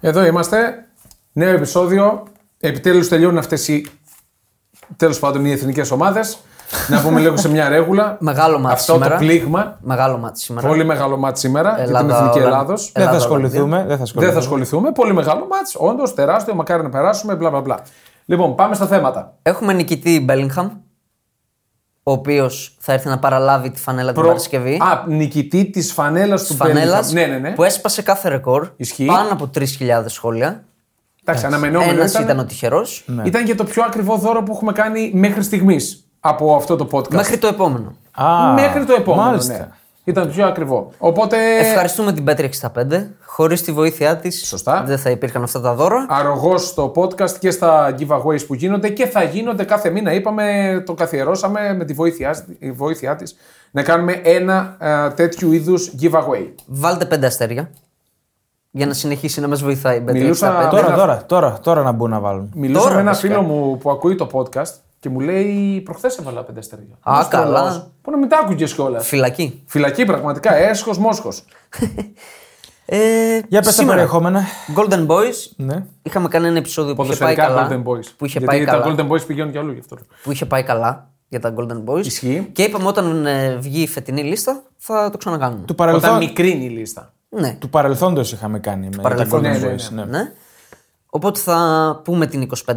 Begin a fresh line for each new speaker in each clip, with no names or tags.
Εδώ είμαστε. Νέο επεισόδιο. Επιτέλους τελειώνουν αυτές οι. Τέλος πάντων, οι εθνικές ομάδες. να πούμε λίγο σε μια ρέγουλα.
Μεγάλο μάτι
Αυτό
σήμερα.
το πλήγμα.
Μεγάλο μάτι σήμερα.
Πολύ μεγάλο μάτ σήμερα για την
Ελλάδα,
εθνική
Ολλανδία. Ε,
Ελλάδος.
Ελλάδα,
Δεν θα
Ολλανδία.
ασχοληθούμε. Δεν θα
Δεν θα
ασχοληθούμε.
ασχοληθούμε. Πολύ μεγάλο μάτ. Όντως, τεράστιο. Μακάρι να περάσουμε. Μπλα, μπλα, μπλα. Λοιπόν, πάμε στα θέματα.
Έχουμε νικητή Μπέλιγχαμ, ο οποίος θα έρθει να παραλάβει τη φανέλα την Παρασκευή.
Α, νικητή της φανέλας του
Φανέλα
Μπέλιγχαμ. Ναι, ναι, ναι.
που έσπασε κάθε ρεκόρ.
Ισχύει.
Πάνω από 3.000 σχόλια.
Εντάξει, αναμενόμενο.
Ένας
ήταν.
ήταν ο τυχερός.
Ήταν και το πιο ακριβό δώρο που έχουμε κάνει μέχρι στιγμής από αυτό το podcast.
Μέχρι το επόμενο.
Α,
Μέχρι το επόμενο.
Μάλιστα.
Ναι. Ήταν πιο ακριβό. Οπότε.
Ευχαριστούμε την Πέτρια 65. Χωρίς τη βοήθειά της
Σωστά.
δεν θα υπήρχαν αυτά τα δώρα.
αρρωγός στο podcast και στα giveaways που γίνονται και θα γίνονται κάθε μήνα. Είπαμε, το καθιερώσαμε με τη βοήθειά, η βοήθειά της να κάνουμε ένα ε, τέτοιου είδους giveaway.
Βάλτε πέντε αστέρια για να συνεχίσει να μας βοηθάει η Πέτρια
Μιλούσα
65.
Δεν
Τώρα,
θα-
τώρα, τώρα, τώρα να μπουν να βάλουν.
Μιλούσα
Τώρα,
με ένα
βασικά.
φίλο μου που ακούει το podcast και μου λέει προχθές έβαλα πέντε αστέρια.
Α,
Ένας
καλά.
τρελός Που να μην τα άκουγες κιόλας.
Φυλακή.
Φυλακή πραγματικά, έσχος μόσχος.
Ε,
Για πες τα
σήμερα,
περιεχόμενα.
Golden Boys
Ναι.
Είχαμε κάνει ένα επεισόδιο που είχε πάει
Ποδοσφαιρικά
καλά.
Golden Boys.
Που είχε,
Γιατί
πάει καλά
τα Golden Boys πηγαίνουν κι αλλού γι' αυτό.
που είχε πάει καλά για τα Golden Boys.
Ισχύει.
Και είπαμε όταν ε, βγει η φετινή λίστα θα το ξανακάνουμε.
Του,
Όταν
παρελθόν...
μικρύνει η λίστα.
Ναι.
του παρελθόντος είχαμε κάνει με τα Golden
παρελθόν.
Ναι, ναι,
Boys, ναι.
ναι. Οπότε θα πούμε την 25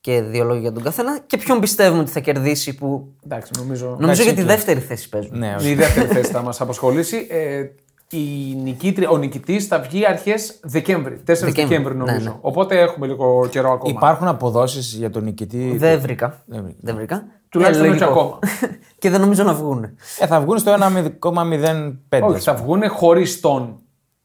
και δύο λόγια για τον καθένα και ποιον πιστεύουμε ότι θα κερδίσει που
Εντάξει, νομίζω.
νομίζω για τη
εκεί.
δεύτερη θέση παίζουν.
Ναι, όχι.
Η δεύτερη θέση θα μας απασχολήσει. Ε, η νικήτρια, ο νικητής θα βγει αρχές Δεκέμβρη. 4 Δεκέμβρη,
Δεκέμβρη,
νομίζω.
ναι, ναι.
Οπότε έχουμε λίγο καιρό ακόμα.
Υπάρχουν αποδόσεις για τον νικητή.
Δεν βρήκα.
Δεν βρήκα.
Δεν βρήκα.
Τουλάχιστον
Ε,
όχι
λογικό.
ακόμα. Ναι.
και δεν νομίζω να βγουν.
Ε, θα βγουν στο 1,05.
Όχι, θα βγουν χωρίς τον.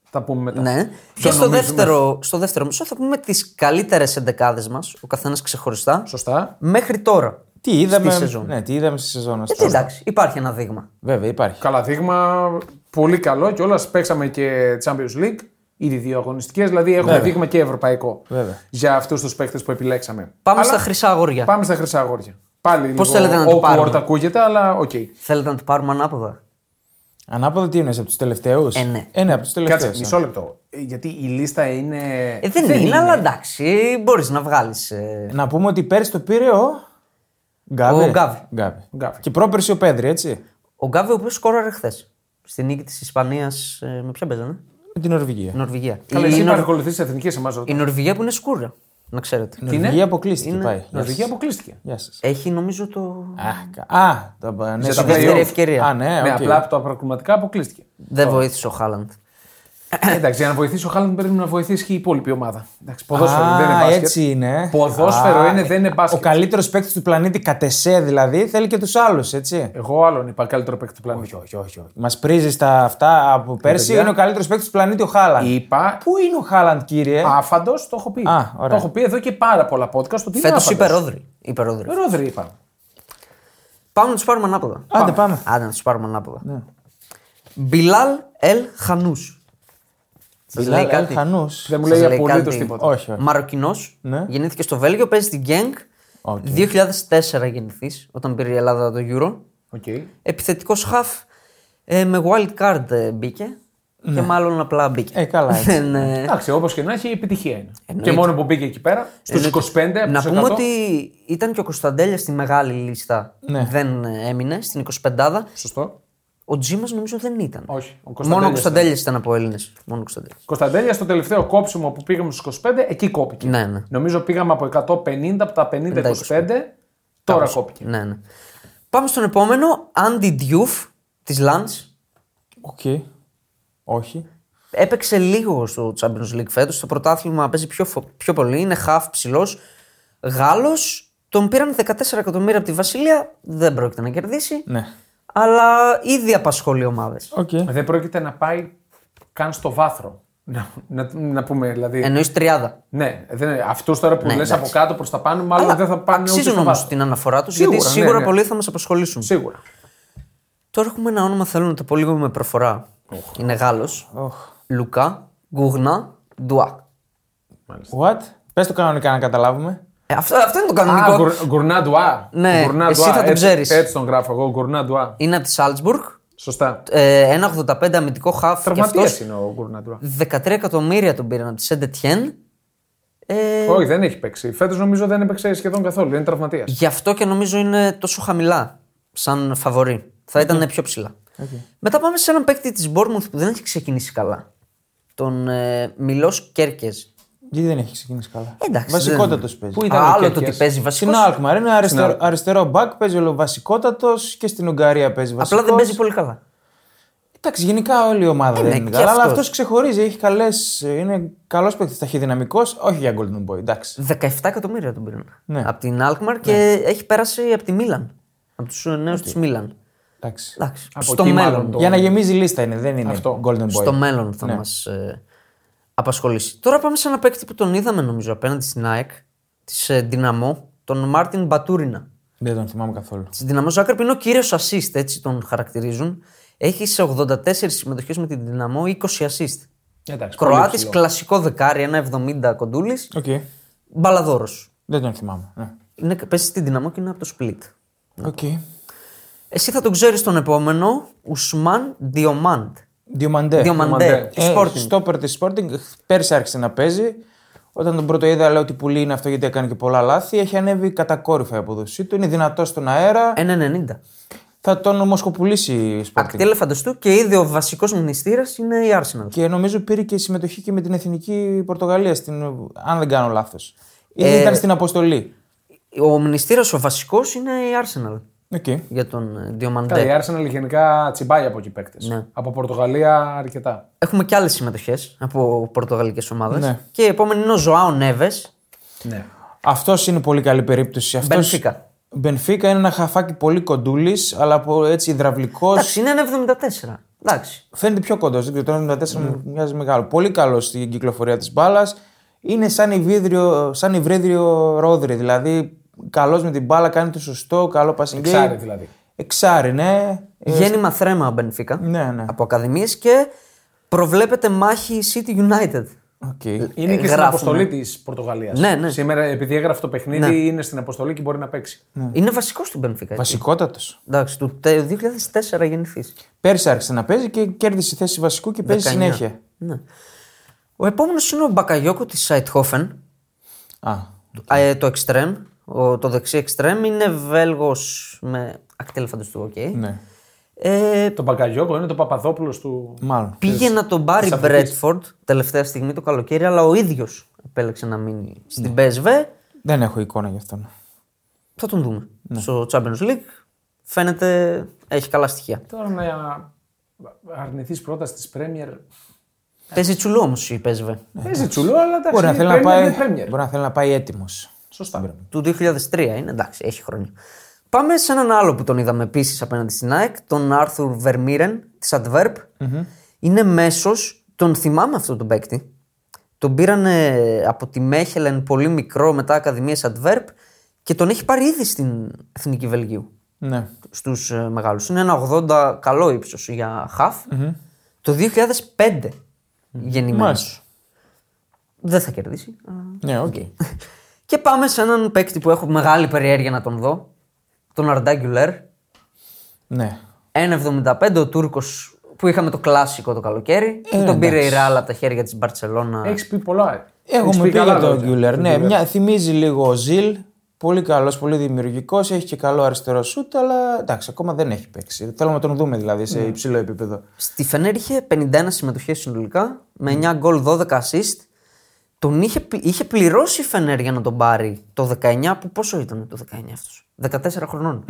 Θα πούμε μετά.
Ναι.
Ποιο
Και στο
νομίζουμε.
δεύτερο, στο δεύτερο μισό θα πούμε τις καλύτερες εντεκάδες μας, ο καθένας ξεχωριστά,
Σωστά.
μέχρι τώρα.
Τι είδαμε,
στη σεζόν.
Ναι, τι είδαμε στη
Ε,
σεζόν. ας
Γιατί
πούμε.
Ε, εντάξει, υπάρχει ένα δείγμα.
Βέβαια, υπάρχει.
Καλά δείγμα. Πολύ καλό κιόλα. Παίξαμε και Champions League. Ήδη δύο αγωνιστικές. Δηλαδή έχουμε
Βέβαια.
δείγμα και ευρωπαϊκό.
Βέβαια.
Για αυτούς τους παίχτε που επιλέξαμε.
Πάμε
Αλλά
στα χρυσά αγόρια.
Πάμε στα χρυσά αγόρια. Πάλι
Πώς
λίγο
θέλετε να το
awkward
πάρουμε?
ακούγεται, αλλά οκ.
Θέλετε να το πάρουμε ανάποδα.
Ανάποδα τι είναι, από τους τελευταίους.
Ε, ναι.
ε, ναι, από τους
Κάτσε,
τελευταίου.
μισό λεπτό. Ε, Γιατί η λίστα είναι.
Ε, δεν, είναι, αλλά εντάξει, μπορείς να βγάλεις. Ε...
Να πούμε ότι πέρσι το πήρε ο. Γκάβι.
Ο Γκάβι.
Γκάβι.
Και πρόπερσι ο Πέδρη, έτσι.
Ο Γκάβι, ο οποίος σκόραρε χθες. Στη νίκη της Ισπανίας. Ε, με ποια παίζανε,
Με την
Ναι.
Νορβηγία.
Νορβηγία.
Καλά,
η,
εσύ
Νορ...
παρακολουθείς εθνική σε εμάς
η
ρωτάω.
Νορβηγία που είναι σκούρα, να ξέρετε.
Η Νορβηγία αποκλείστηκε. Πάει. Γεια
Η Νορβηγία αποκλείστηκε.
σας. Γεια σας.
Έχει νομίζω το.
Α, κα- α, το ναι,
τα
συγγνώμη.
δεύτερη
ευκαιρία.
Α, ναι,
Ναι,
οκ.
απλά από τα πραγματικά αποκλείστηκε. Ε,
Δεν βοήθησε ο Χάλαντ.
Εντάξει, για να βοηθήσει ο Χάλαντ πρέπει να βοηθήσει και η υπόλοιπη ομάδα. Εντάξει, ποδόσφαιρο
Α,
δεν είναι μπάσκετ.
έτσι είναι.
Ποδόσφαιρο
Α,
είναι, δεν είναι
Ο
μπάσκετ.
καλύτερος παίκτης του πλανήτη, κατ' εσέ δηλαδή, θέλει και τους άλλους, έτσι.
Εγώ άλλον είπα καλύτερο παίκτη του πλανήτη.
Όχι, όχι, όχι. Μας πρίζει τα αυτά από πέρσι.
Ε, παιδιά.
Είναι ο καλύτερος παίκτης του πλανήτη ο Χάλαντ.
Είπα
Πού είναι ο Χάλαντ, κύριε.
άφαντος, το έχω πει.
Ε. Α,
το
ωραία.
έχω πει εδώ και πάρα πολλά podcast. Ότι
Φέτο
είπε
είπε Ρόδρυ. Είπε Ρόδρυ.
Ρόδρυ είπα.
Πάμε να τους πάρουμε ανάποδα.
Άντε, πάμε.
Άντε να τους πάρουμε ανάποδα. Μπιλάλ Ελ Χανούς. Σας λέει
Μπιλάλ
κάτι.
Αλχανού.
Δεν μου
Σας
λέει
λέει
απολύτως
κάτι.
τίποτα.
Όχι, όχι.
Μαροκινός.
Ναι.
Γεννήθηκε στο Βέλγιο, παίζει στην Γκένγκ.
Οκ.
2004 γεννηθή, όταν πήρε η Ελλάδα το Euro.
Οκ.
Επιθετικός χαφ ε, με wild card ε, μπήκε. Και μάλλον απλά μπήκε.
Ναι. Ε, καλά, έτσι.
Δεν, ε,
Εντάξει, όπως και να έχει, επιτυχία
Ε,
είναι.
Εννοείται.
Και μόνο που μπήκε εκεί πέρα, στους 25 από
να
τους
πούμε
100.
ότι ήταν και ο Κωνσταντέλιας στη μεγάλη λίστα.
Ναι.
Δεν ε, έμεινε στην 25
Σωστό.
Ο Τζίμα νομίζω δεν ήταν.
Όχι. Ο
Μόνο ο
Κωνσταντέλιας
Κωνσταντέλια ήταν από Έλληνες. Μόνο ο Κωνσταντέλιας.
Κωνσταντέλια στο τελευταίο κόψιμο που πήγαμε στους 25, εκεί κόπηκε.
Ναι, ναι.
Νομίζω πήγαμε από 150, από τα 50-25,
25.
τώρα κόπηκε.
Ναι, ναι. Πάμε στον επόμενο. Άντι Ντιούφ τη Λαντ.
Οκ. Όχι.
Έπαιξε λίγο στο Champions League φέτος. Στο πρωτάθλημα παίζει πιο, φο- πιο πολύ. Είναι half ψηλός. Γάλλος. Τον πήραν 14 εκατομμύρια από τη Βασιλεία. Δεν πρόκειται να κερδίσει.
Ναι.
Αλλά ήδη απασχολεί ομάδες.
Οκ.
Δεν πρόκειται να πάει καν στο βάθρο. Να, να, να πούμε δηλαδή.
Εννοείς 30.
Ναι, δεν, αυτούς τώρα που
Ε, Ναι,
λες από
εντάξει.
κάτω προς τα πάνω, μάλλον
Αλλά
δεν θα πάνε ούτε
αξίζουν
στο
όμως
βάθρο.
την αναφορά τους
Σίγουρα,
γιατί
ναι,
σίγουρα
ναι.
πολλοί θα μας απασχολήσουν.
Σίγουρα.
Τώρα έχουμε ένα όνομα, θέλω να το πω λίγο με προφορά. Είναι Γάλλος. Λουκά Γκουγνά Ντουά.
What? Πες το κανονικά να καταλάβουμε.
Ε, αυτό, αυτό είναι το κανονικό.
Α, γκουρ- Γκουρνάντουα.
Ναι,
Γκουρνάντουα,
εσύ θα τον
έτσι-
ξέρεις.
Έτσι τον γράφω εγώ, Γκουρνάντουα.
Είναι από τη Σάλτσμπουργκ.
Σωστά.
Ε, ένα 85 αμυντικό χάφ. και
Τραυματίας
αυτός.
είναι ο Γκουρνατούρα.
13 εκατομμύρια τον πήραν από τη Σεντετιέν. Ε,
Όχι, δεν έχει παίξει. Φέτος νομίζω δεν έπαιξε σχεδόν καθόλου. Είναι τραυματίας.
Γι' αυτό και νομίζω είναι τόσο χαμηλά σαν φαβορή. Θα ήταν πιο ψηλά. Μετά πάμε σε έναν παίκτη της Bournemouth που δεν έχει ξεκινήσει καλά. Τον ε, Μιλό Κέρκε.
Γιατί δεν έχει ξεκινήσει καλά.
Εντάξει,
Βασικότατο
δεν-
παίζει.
Πού ήταν ο
Άλλο το
Κέρκες?
ότι παίζει βασικό.
Στην Αλκμαρ είναι αριστερό,
Αλκμαρ.
αριστερό μπακ, παίζει ο βασικότατος και στην Ουγγαρία παίζει βασικό.
Απλά δεν παίζει πολύ καλά.
Εντάξει, γενικά όλη η ομάδα
ναι,
δεν είναι
και
καλά, αλλά
αυτός.
αυτός ξεχωρίζει. Έχει καλές, είναι καλός παίκτης, ταχυδυναμικός, όχι για Golden Boy. Εντάξει.
17 εκατομμύρια τον πήραν.
Ναι.
Από την Alkmaar και
Ναι.
έχει πέρασει από τη Μίλαν. Από ε, του νέου τη Μίλαν.
εντάξει.
Εντάξει.
Από
στο
εκεί
μέλλον.
μάλλον το-
Για να γεμίζει λίστα είναι, δεν είναι
Αυτό.
Golden Boy. Ναι.
στο μέλλον θα μας μα απασχολήσει. Τώρα πάμε σε ένα παίκτη που τον είδαμε νομίζω απέναντι στην ΑΕΚ, της ε, Δυναμό, τον Μάρτιν Μπατούρινα.
Δεν τον θυμάμαι καθόλου.
Στην Δυναμό Ζάκρεπ είναι ο κύριος assist, έτσι τον χαρακτηρίζουν. Έχει σε 84 συμμετοχές με την Δυναμό 20 assist.
Εντάξει, πολύ
Κροάτης,
ψηλό.
κλασικό δεκάρι, ένα 70 κοντούλης,
Οκ.
μπαλαδόρος.
Δεν τον θυμάμαι. Ναι.
Είναι, παίζει στην Δυναμό και είναι από το Split.
Οκ.
Εσύ θα τον ξέρεις τον επόμενο, Ουσμάν Διομάντ.
Διομαντέ.
Διομαντέ.
Διομαντέ.
Της
Ε,
Sporting.
στόπερ της Sporting. Πέρσι άρχισε να παίζει. Όταν τον πρώτο είδα, λέω ότι πουλή είναι αυτό γιατί έκανε και πολλά λάθη. Έχει ανέβει κατακόρυφα η αποδοσή του. Είναι δυνατός στον αέρα.
1,90.
Θα τον ομοσκοπουλήσει η Sporting.
Ακτή ελεφαντος του και ήδη ο βασικός μνηστήρας είναι η Arsenal.
Και νομίζω πήρε και συμμετοχή και με την εθνική Πορτογαλία, στην, αν δεν κάνω λάθος.
Ε,
Ήταν στην αποστολή.
Ο μνηστήρας ο βασικός είναι η Arsenal
Οκ.
για τον ε,
Καλά,
Διομαντέ.
η Arsenal γενικά τσιμπάει από εκεί παίκτες.
Ναι.
Από Πορτογαλία αρκετά.
Έχουμε και άλλες συμμετοχές από πορτογαλικές ομάδες.
Ναι.
Και η επόμενη είναι ο Ζωάο Νέβες.
Ναι.
Αυτός είναι πολύ καλή περίπτωση. Αυτός...
Benfica.
Μπενφίκα είναι ένα χαφάκι πολύ κοντούλης, αλλά πο- έτσι υδραυλικός.
Εντάξει, είναι ένα 74. Εντάξει.
Φαίνεται πιο κοντός. Δεν ξέρω, το 94
Ναι.
μου μοιάζει μεγάλο. Πολύ καλός στην κυκλοφορία της μπάλας. Είναι σαν υβρίδριο, σαν υβρίδριο ρόδρυ. Δηλαδή, καλός με την μπάλα, κάνει το σωστό, καλό passing game.
Εξάρι δηλαδή.
Εξάρι, ναι. Ε,
Γέννημα θρέμα ο Μπενφίκα
Ναι, ναι.
από ακαδημίες και προβλέπεται μάχη City United.
Οκ.
Είναι
Ε,
και στην
γράφουμε.
αποστολή της Πορτογαλίας.
Ναι, ναι.
Σήμερα, επειδή έγραφε το παιχνίδι, είναι στην αποστολή και μπορεί να παίξει. Ναι.
Ναι.
Είναι βασικός του Μπενφίκα. έτσι.
Βασικότατος.
Εντάξει, του τε- 2004 γεννηθεί.
Πέρσι άρχισε να παίζει και κέρδισε θέση βασικού και παίζει συνέχεια.
Ναι. Ο επόμενος είναι ο Μπακαγιώκο της Σάιτχόφεν.
Α,
Ε, το εξτρέμ, ο- το δεξί εξτρέμ είναι Βέλγος με ακτέλεφαντο του, οκ.
ναι.
Ε,
Το Μπαγκαγιόκο είναι το Παπαδόπουλος του.
Μάλλον.
πήγε να τον πάρει
της Αφρικής.
Μπρέτφορντ τελευταία στιγμή το καλοκαίρι, αλλά ο ίδιος επέλεξε να μείνει στην PSV.
Δεν έχω εικόνα γι' αυτόν.
Θα τον δούμε στο Champions League. Φαίνεται έχει καλά στοιχεία.
Τώρα να αρνηθείς πρώτα τη Πρέμιερ.
Παίζει τσουλό όμως η PSV.
Παίζει τσουλό, αλλά εντάξει.
Μπορεί να,
η
θέλει να
Premier
πάει,
είναι Premier.
μπορεί να θέλει να πάει έτοιμος.
Σωστά.
Του 2003 είναι, εντάξει, έχει χρόνια. Πάμε σε έναν άλλο που τον είδαμε επίσης απέναντι στην ΑΕΚ, τον Άρθουρ Βερμίρεν τη Adverb. Είναι μέσος, τον θυμάμαι αυτό τον παίκτη. Τον πήραν ε, από τη Μέχελεν πολύ μικρό μετά Ακαδημίες Adverb και τον έχει πάρει ήδη στην Εθνική Βελγίου
Ναι.
στους ε, μεγάλους. Είναι ένα 80 καλό ύψος για χαφ. Το 2005 γεννημένος.
Μάλιστα.
Δεν θα κερδίσει. αλλά
Ναι, οκ.
και πάμε σε έναν παίκτη που έχω μεγάλη περιέργεια να τον δω. Τον Αρντάγκιουλερ.
Ναι.
1,75 ο Τούρκος που είχαμε το κλασικό το καλοκαίρι. που τον πήρε η Ράλα από τα χέρια της Μπαρσελόνα.
Έχεις πει πολλά. Έχεις
Έχω μου
πει
πει
καλά
για τον
λόγια.
Γκιούλερ. Ναι,
Γκιούλερ.
μια, θυμίζει λίγο ο Ζιλ. Πολύ καλός, πολύ δημιουργικός. Έχει και καλό αριστερό σουτ, αλλά εντάξει, ακόμα δεν έχει παίξει. Θέλω να τον δούμε δηλαδή
Ναι.
σε υψηλό επίπεδο.
Στη Φενέρ είχε 51 συμμετοχές συνολικά με 9 γκολ, 12 assist. Τον είχε, πλη- είχε πληρώσει η Φενέρ για να τον πάρει το 19 που πόσο ήταν το 19 αυτός, 14 χρονών.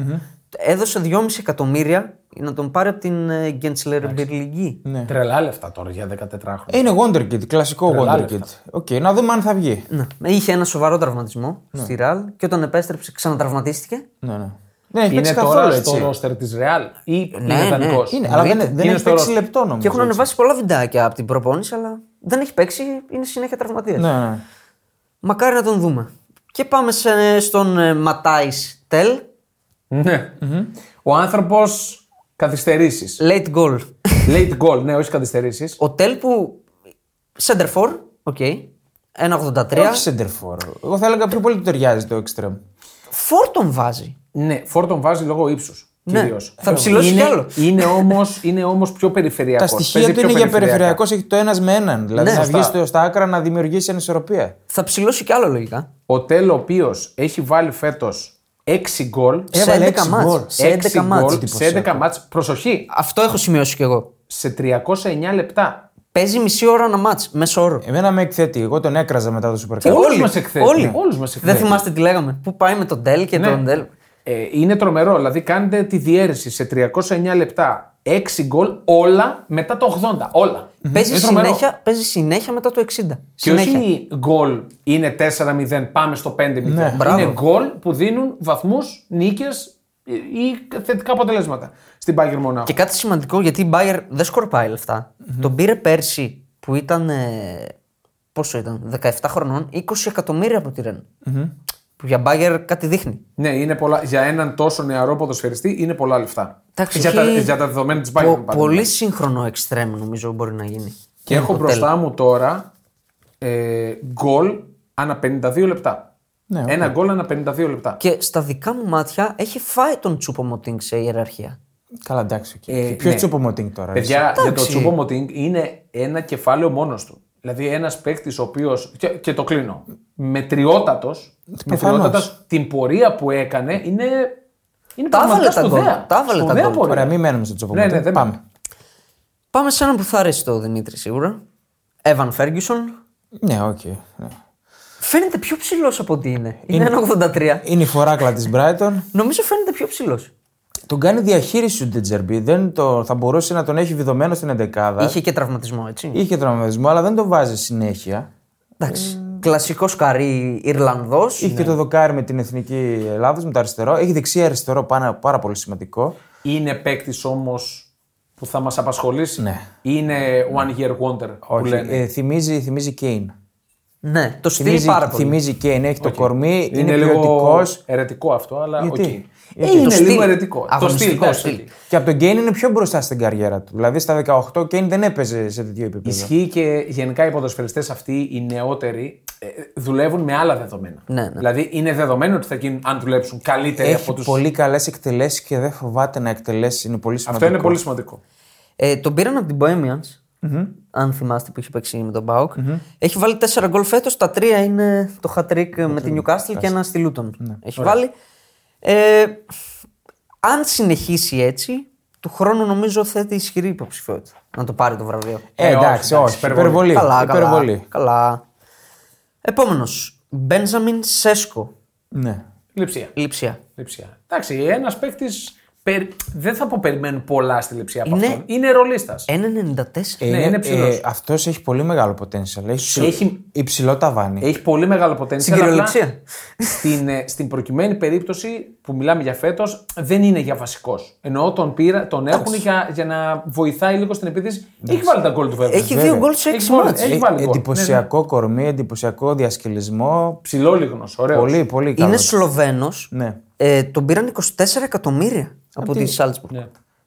Έδωσε 2,5 εκατομμύρια να τον πάρει από την ε, Γκέντσλερμπερλιγκή.
Τρελά λεφτά τώρα για 14 χρόνια.
Ε, Είναι Wonder Kid, κλασικό Wonder Kid. Οκ, να δούμε αν θα βγει.
Ναι. Είχε ένα σοβαρό τραυματισμό στη Ραλ και όταν επέστρεψε ξανατραυματίστηκε.
Ναι, ναι. Δεν έχει
Είναι
παίξει
τώρα
καθόλου
στο
έτσι.
ρόστερ τη Ρεάλ ή
Ναι,
είναι
ναι.
δανεικός?
Είναι, αλλά δεν,
Εννοείται.
δεν
Είναι
έχει
στο
παίξει
roster.
λεπτό νομίζω.
Και έχουν
έτσι.
ανεβάσει πολλά βιντεάκια από την προπόνηση, αλλά δεν έχει παίξει, είναι συνέχεια τραυματίας.
Ναι, ναι.
Μακάρι να τον δούμε. Και πάμε σε, στον ε, Ματάι Τελ.
Ναι. Ο άνθρωπος καθυστερήσεις.
Late goal.
Late goal, ναι, όχι καθυστερήσεις.
Ο Τελ που. Center for, οκ.
Ε,
1,83.
Όχι center Εγώ θα έλεγα πιο πολύ του ταιριάζει το extreme.
Φορ τον βάζει.
Ναι, φόρ τον βάζει λόγω ύψους. κυρίως.
θα ψηλώσει
είναι,
κι άλλο.
Είναι όμως, είναι όμως πιο περιφερειακός.
Τα στοιχεία του είναι για περιφερειακός, έχει το ένας με έναν. Δηλαδή
Ναι,
να βγεις στο- στα άκρα να δημιουργήσει ανισορροπία.
Θα ψηλώσει κι άλλο λογικά.
Ο Τέλο, ο οποίος έχει βάλει φέτος 6 γκολ.
Έβαλε
σε 11
έξι γκολ.
μάτς. Ε, Σε 11
6
μάτς.
γκολ σε 11 μάτς. Προσοχή,
Αυτό έχω σημειώσει κι εγώ.
σε 309 λεπτά.
Παίζει μισή ώρα ένα μάτς, μέσο όρο.
Εμένα με εκθέτει. Εγώ τον έκραζα μετά το Super Cup.
Όλους
Όλοι.
μας εκθέτει.
Όλοι.
Ναι, όλους μας εκθέτει.
Δεν θυμάστε τι λέγαμε. Πού πάει με τον Τέλ και
Ναι.
τον Τέλ.
Ε, είναι τρομερό. Δηλαδή, κάντε τη διαίρεση σε 309 λεπτά. 6 γκολ όλα μετά το 80. Όλα.
Παίζει,
Είναι τρομερό.
συνέχεια, παίζει συνέχεια μετά το 60.
Και
συνέχεια. Ναι,
όχι γκολ είναι 4-0, πάμε στο 5-0. είναι
μπράβο.
γκολ που δίνουν βαθμούς, νίκες ή θετικά αποτελέσματα στην Bayern Μονάχου.
Και κάτι σημαντικό γιατί η Bayer δεν σκορπάει λεφτά. Τον πήρε πέρσι που ήταν. ε, πόσο ήταν, 17 χρονών, 20 εκατομμύρια από τη Ρεν. Που για Bayer κάτι δείχνει.
Ναι, είναι πολλά, για έναν τόσο νεαρό ποδοσφαιριστή είναι πολλά λεφτά.
Εντάξει,
για, τα,
έχει
για τα δεδομένα της
πο-
Bayern.
πολύ σύγχρονο εξτρέμ νομίζω μπορεί να γίνει.
Και έχω μπροστά μου τώρα ε, γκολ ανά 52 λεπτά.
Ναι,
Ένα γκολ ανά 52 λεπτά.
Και στα δικά μου μάτια έχει φάει τον Τσούπο Μωτίνγκ σε ιεραρχία.
Καλά, εντάξει.
Ε,
Ε, Ποιος
ναι.
τσουπομωτίνγκ τώρα. ρε.
Παιδιά, για το
εντάξει.
Τσούπο Μωτίνγκ είναι ένα κεφάλαιο μόνος του. Δηλαδή, ένας παίκτης ο οποίος. Και, και, το κλείνω. Μετριότατος. Μετριότατας, την πορεία που έκανε είναι. Είναι
Τα
πραγματικά
έβαλε τα γκολ.
σπουδαία.
Τα έβαλε τα
Σπουδαία
γκολ.
πορεία.
Ωραία, μην μένουμε στο
Ναι, ναι,
τσουπομωτίνγκ.
δεν
Πάμε.
Πάμε σε έναν που θα αρέσει το Δημήτρη σίγουρα. Εβαν Φέργισον.
Ναι, οκ. ναι.
Φαίνεται πιο ψηλός από ότι είναι. Είναι, 1,83.
Είναι η φοράκλα της Brighton.
Νομίζω φαίνεται πιο ψηλός.
Τον κάνει διαχείριση του Ντετζερμπί. Δεν το, θα μπορούσε να τον έχει βιδωμένο στην 11.
Είχε και τραυματισμό, έτσι.
Είχε τραυματισμό, αλλά δεν τον βάζει συνέχεια.
Εντάξει. Κλασικό καρύ Ιρλανδό.
Ναι.
Είχε και το δοκάρι με την εθνική Ελλάδα, με το αριστερό. Έχει δεξί-αριστερό πάρα, πάρα πολύ σημαντικό.
Είναι παίκτης όμως που θα μας απασχολήσει.
Ναι.
Είναι one year wonder που
Όχι,
λένε.
ε, θυμίζει, θυμίζει Kane.
Ναι, το στυλ
Θυμίζει,
πάρα πολύ.
θυμίζει Kane, έχει το
ε,
κορμί, είναι,
είναι λίγο
ποιοτικός.
ερετικό αυτό, αλλά οκ.
Γιατί?
Ε,
Το
είναι
στυλ.
λίγο ερετικό. Το
Αγωνιστικό
στυλ, το
στυλ.
στυλ.
Και από τον Kane είναι πιο μπροστά στην καριέρα του. Δηλαδή στα 18 Kane δεν έπαιζε σε τέτοιο επίπεδο.
Ισχύει και γενικά οι ποδοσφαιριστές αυτοί, οι νεότεροι, ε, δουλεύουν με άλλα δεδομένα.
Ναι, ναι.
Δηλαδή είναι δεδομένο ότι θα γίνουν, αν δουλέψουν, καλύτεροι Ε, από
Έχει
τους.
πολύ καλές εκτελέσεις και δεν φοβάται να εκτελέσει. Είναι πολύ σημαντικό.
Αυτό είναι πολύ σημαντικό.
Ε, τον πήραν από την Bohemians. Αν θυμάστε που είχε παίξει με τον Μπάουκ. Έχει βάλει 4 γκολ φέτος. Τα τρία είναι το hat-trick με την Newcastle και ένα στη Λούτον. Έχει βάλει. Ε, αν συνεχίσει έτσι, του χρόνου νομίζω θέτει ισχυρή υποψηφιότητα να το πάρει το βραβείο.
Ε, εντάξει,
εντάξει,
όχι. Υπερβολή.
καλά,
υπερβολή.
καλά. καλά. Επόμενο. Μπέντζαμιν Σέσκο.
Ναι.
Λειψία.
Λειψία.
Λειψία. Εντάξει, ένας παίκτης. Δεν θα πω περιμένουν πολλά στη λειψία από
Είναι-
αυτόν. Είναι ρολίστας.
1,94.
Ναι, είναι ψηλός.
Αυτό Ε, έχει πολύ μεγάλο potential. Έχει, ψηλο-
Έχει-
υψηλό ταβάνι.
Έχει πολύ μεγάλο potential.
Ε- Στην
απλά
κυριολεξία.
Στην, ε, στην προκειμένη περίπτωση που μιλάμε για φέτος, δεν είναι για βασικός. Εννοώ τον, πήρα, τον έχουν για, για να βοηθάει λίγο στην επίθεση. Έχει βάλει τα γκολ του Ε, βέβαια.
Έχει δύο γκολ σε
Έχει
6
γκολ,
μάτς.
έχει
Ε,
βάλει γκολ. Ναι,
εντυπωσιακό κορμί, εντυπωσιακό διασκελισμό.
Ψηλό λιγνός, ωραίος.
Πολύ, πολύ καλό.
Είναι Σλοβαίνο.
Ναι.
Ε, τον πήραν 24 εκατομμύρια από τη
Ναι.
Σάλτσμπουργκ.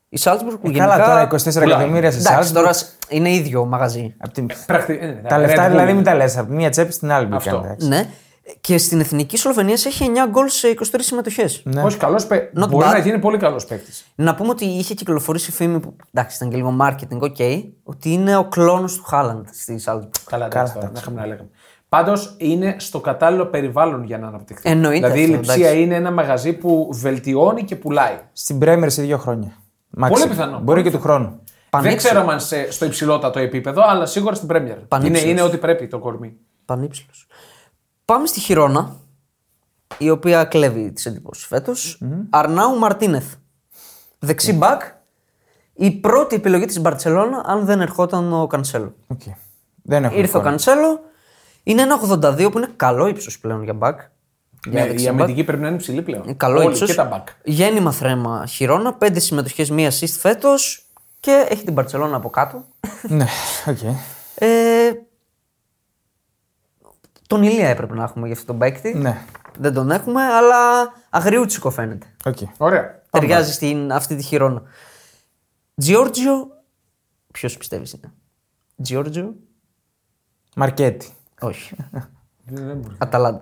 Η Σάλτσμπουργκ που γενικά.
Καλά τώρα 24 εκατομμύρια σε
Εντάξει,
εσά.
τώρα σ- είναι ίδιο μαγαζί.
Ναι, ε,
Τα λεφτά δηλαδή μην τα λες. Από μία τσέπη στην άλλη. μπήκαν,
Αυτό.
εντάξει.
Ναι. Και στην εθνική Σλοβενίας έχει 9 γκολ σε 23 συμμετοχές.
Ναι.
Όχι, καλός παί... μπορεί
bad.
να γίνει πολύ καλός παίκτης.
Να πούμε ότι είχε κυκλοφορήσει φήμη που. εντάξει, ήταν και λίγο marketing, οκ. ότι είναι ο κλόνος του Χάλαντ στη Σάλτσμπουργκ.
Καλά, εντάξει, τώρα, να είχαμε να λέγαμε. Πάντως είναι στο κατάλληλο περιβάλλον για να αναπτυχθεί.
Εννοείται
Δηλαδή η
αυτό,
λειψία
εντάξει.
είναι ένα μαγαζί που βελτιώνει και πουλάει.
Στην Πρέμερ σε δύο χρόνια.
Πολύ πιθανό.
Μπορεί και του χρόνου.
Δεν
Πανύψηλο.
ξέρω αν σε, στο υψηλότατο επίπεδο, αλλά σίγουρα στην Πρέμιερ. Είναι,
Πανύψηλος.
είναι ό,τι πρέπει το κορμί.
Πανύψηλος. Πάμε στη Χιρόνα, η οποία κλέβει τις εντυπώσεις φέτος. Αρνάου Μαρτίνεθ. Δεξί μπακ. Η πρώτη επιλογή της Μπαρσελόνα, αν δεν ερχόταν ο Κανσέλο.
Οκ. Δεν έχω
Ήρθε ο Κανσέλο. Είναι ένα 82 που είναι καλό ύψος πλέον για μπακ. Μια
Ναι, η
δεξιά μπακ.
αμυντική πρέπει να είναι ψηλή πλέον.
Καλό
Όλοι,
ύψος.
Και τα μπακ.
Γέννημα θρέμα Χιρόνα. Πέντε συμμετοχές, μία assist φέτος. Και έχει την Μπαρσελόνα από κάτω.
Ναι, οκ.
Ε, τον Ηλία έπρεπε να έχουμε για αυτόν τον παίκτη.
Ναι.
Δεν τον έχουμε, αλλά αγριούτσικο φαίνεται.
οκ.
Ωραία.
Ταιριάζει στην αυτή τη χειρόνα. Τζιόρτζιο. Ποιος πιστεύεις είναι. Τζιόρτζιο.
Μαρκέτη.
Όχι.
Δεν- δεν μπορεί.
Αταλάντα.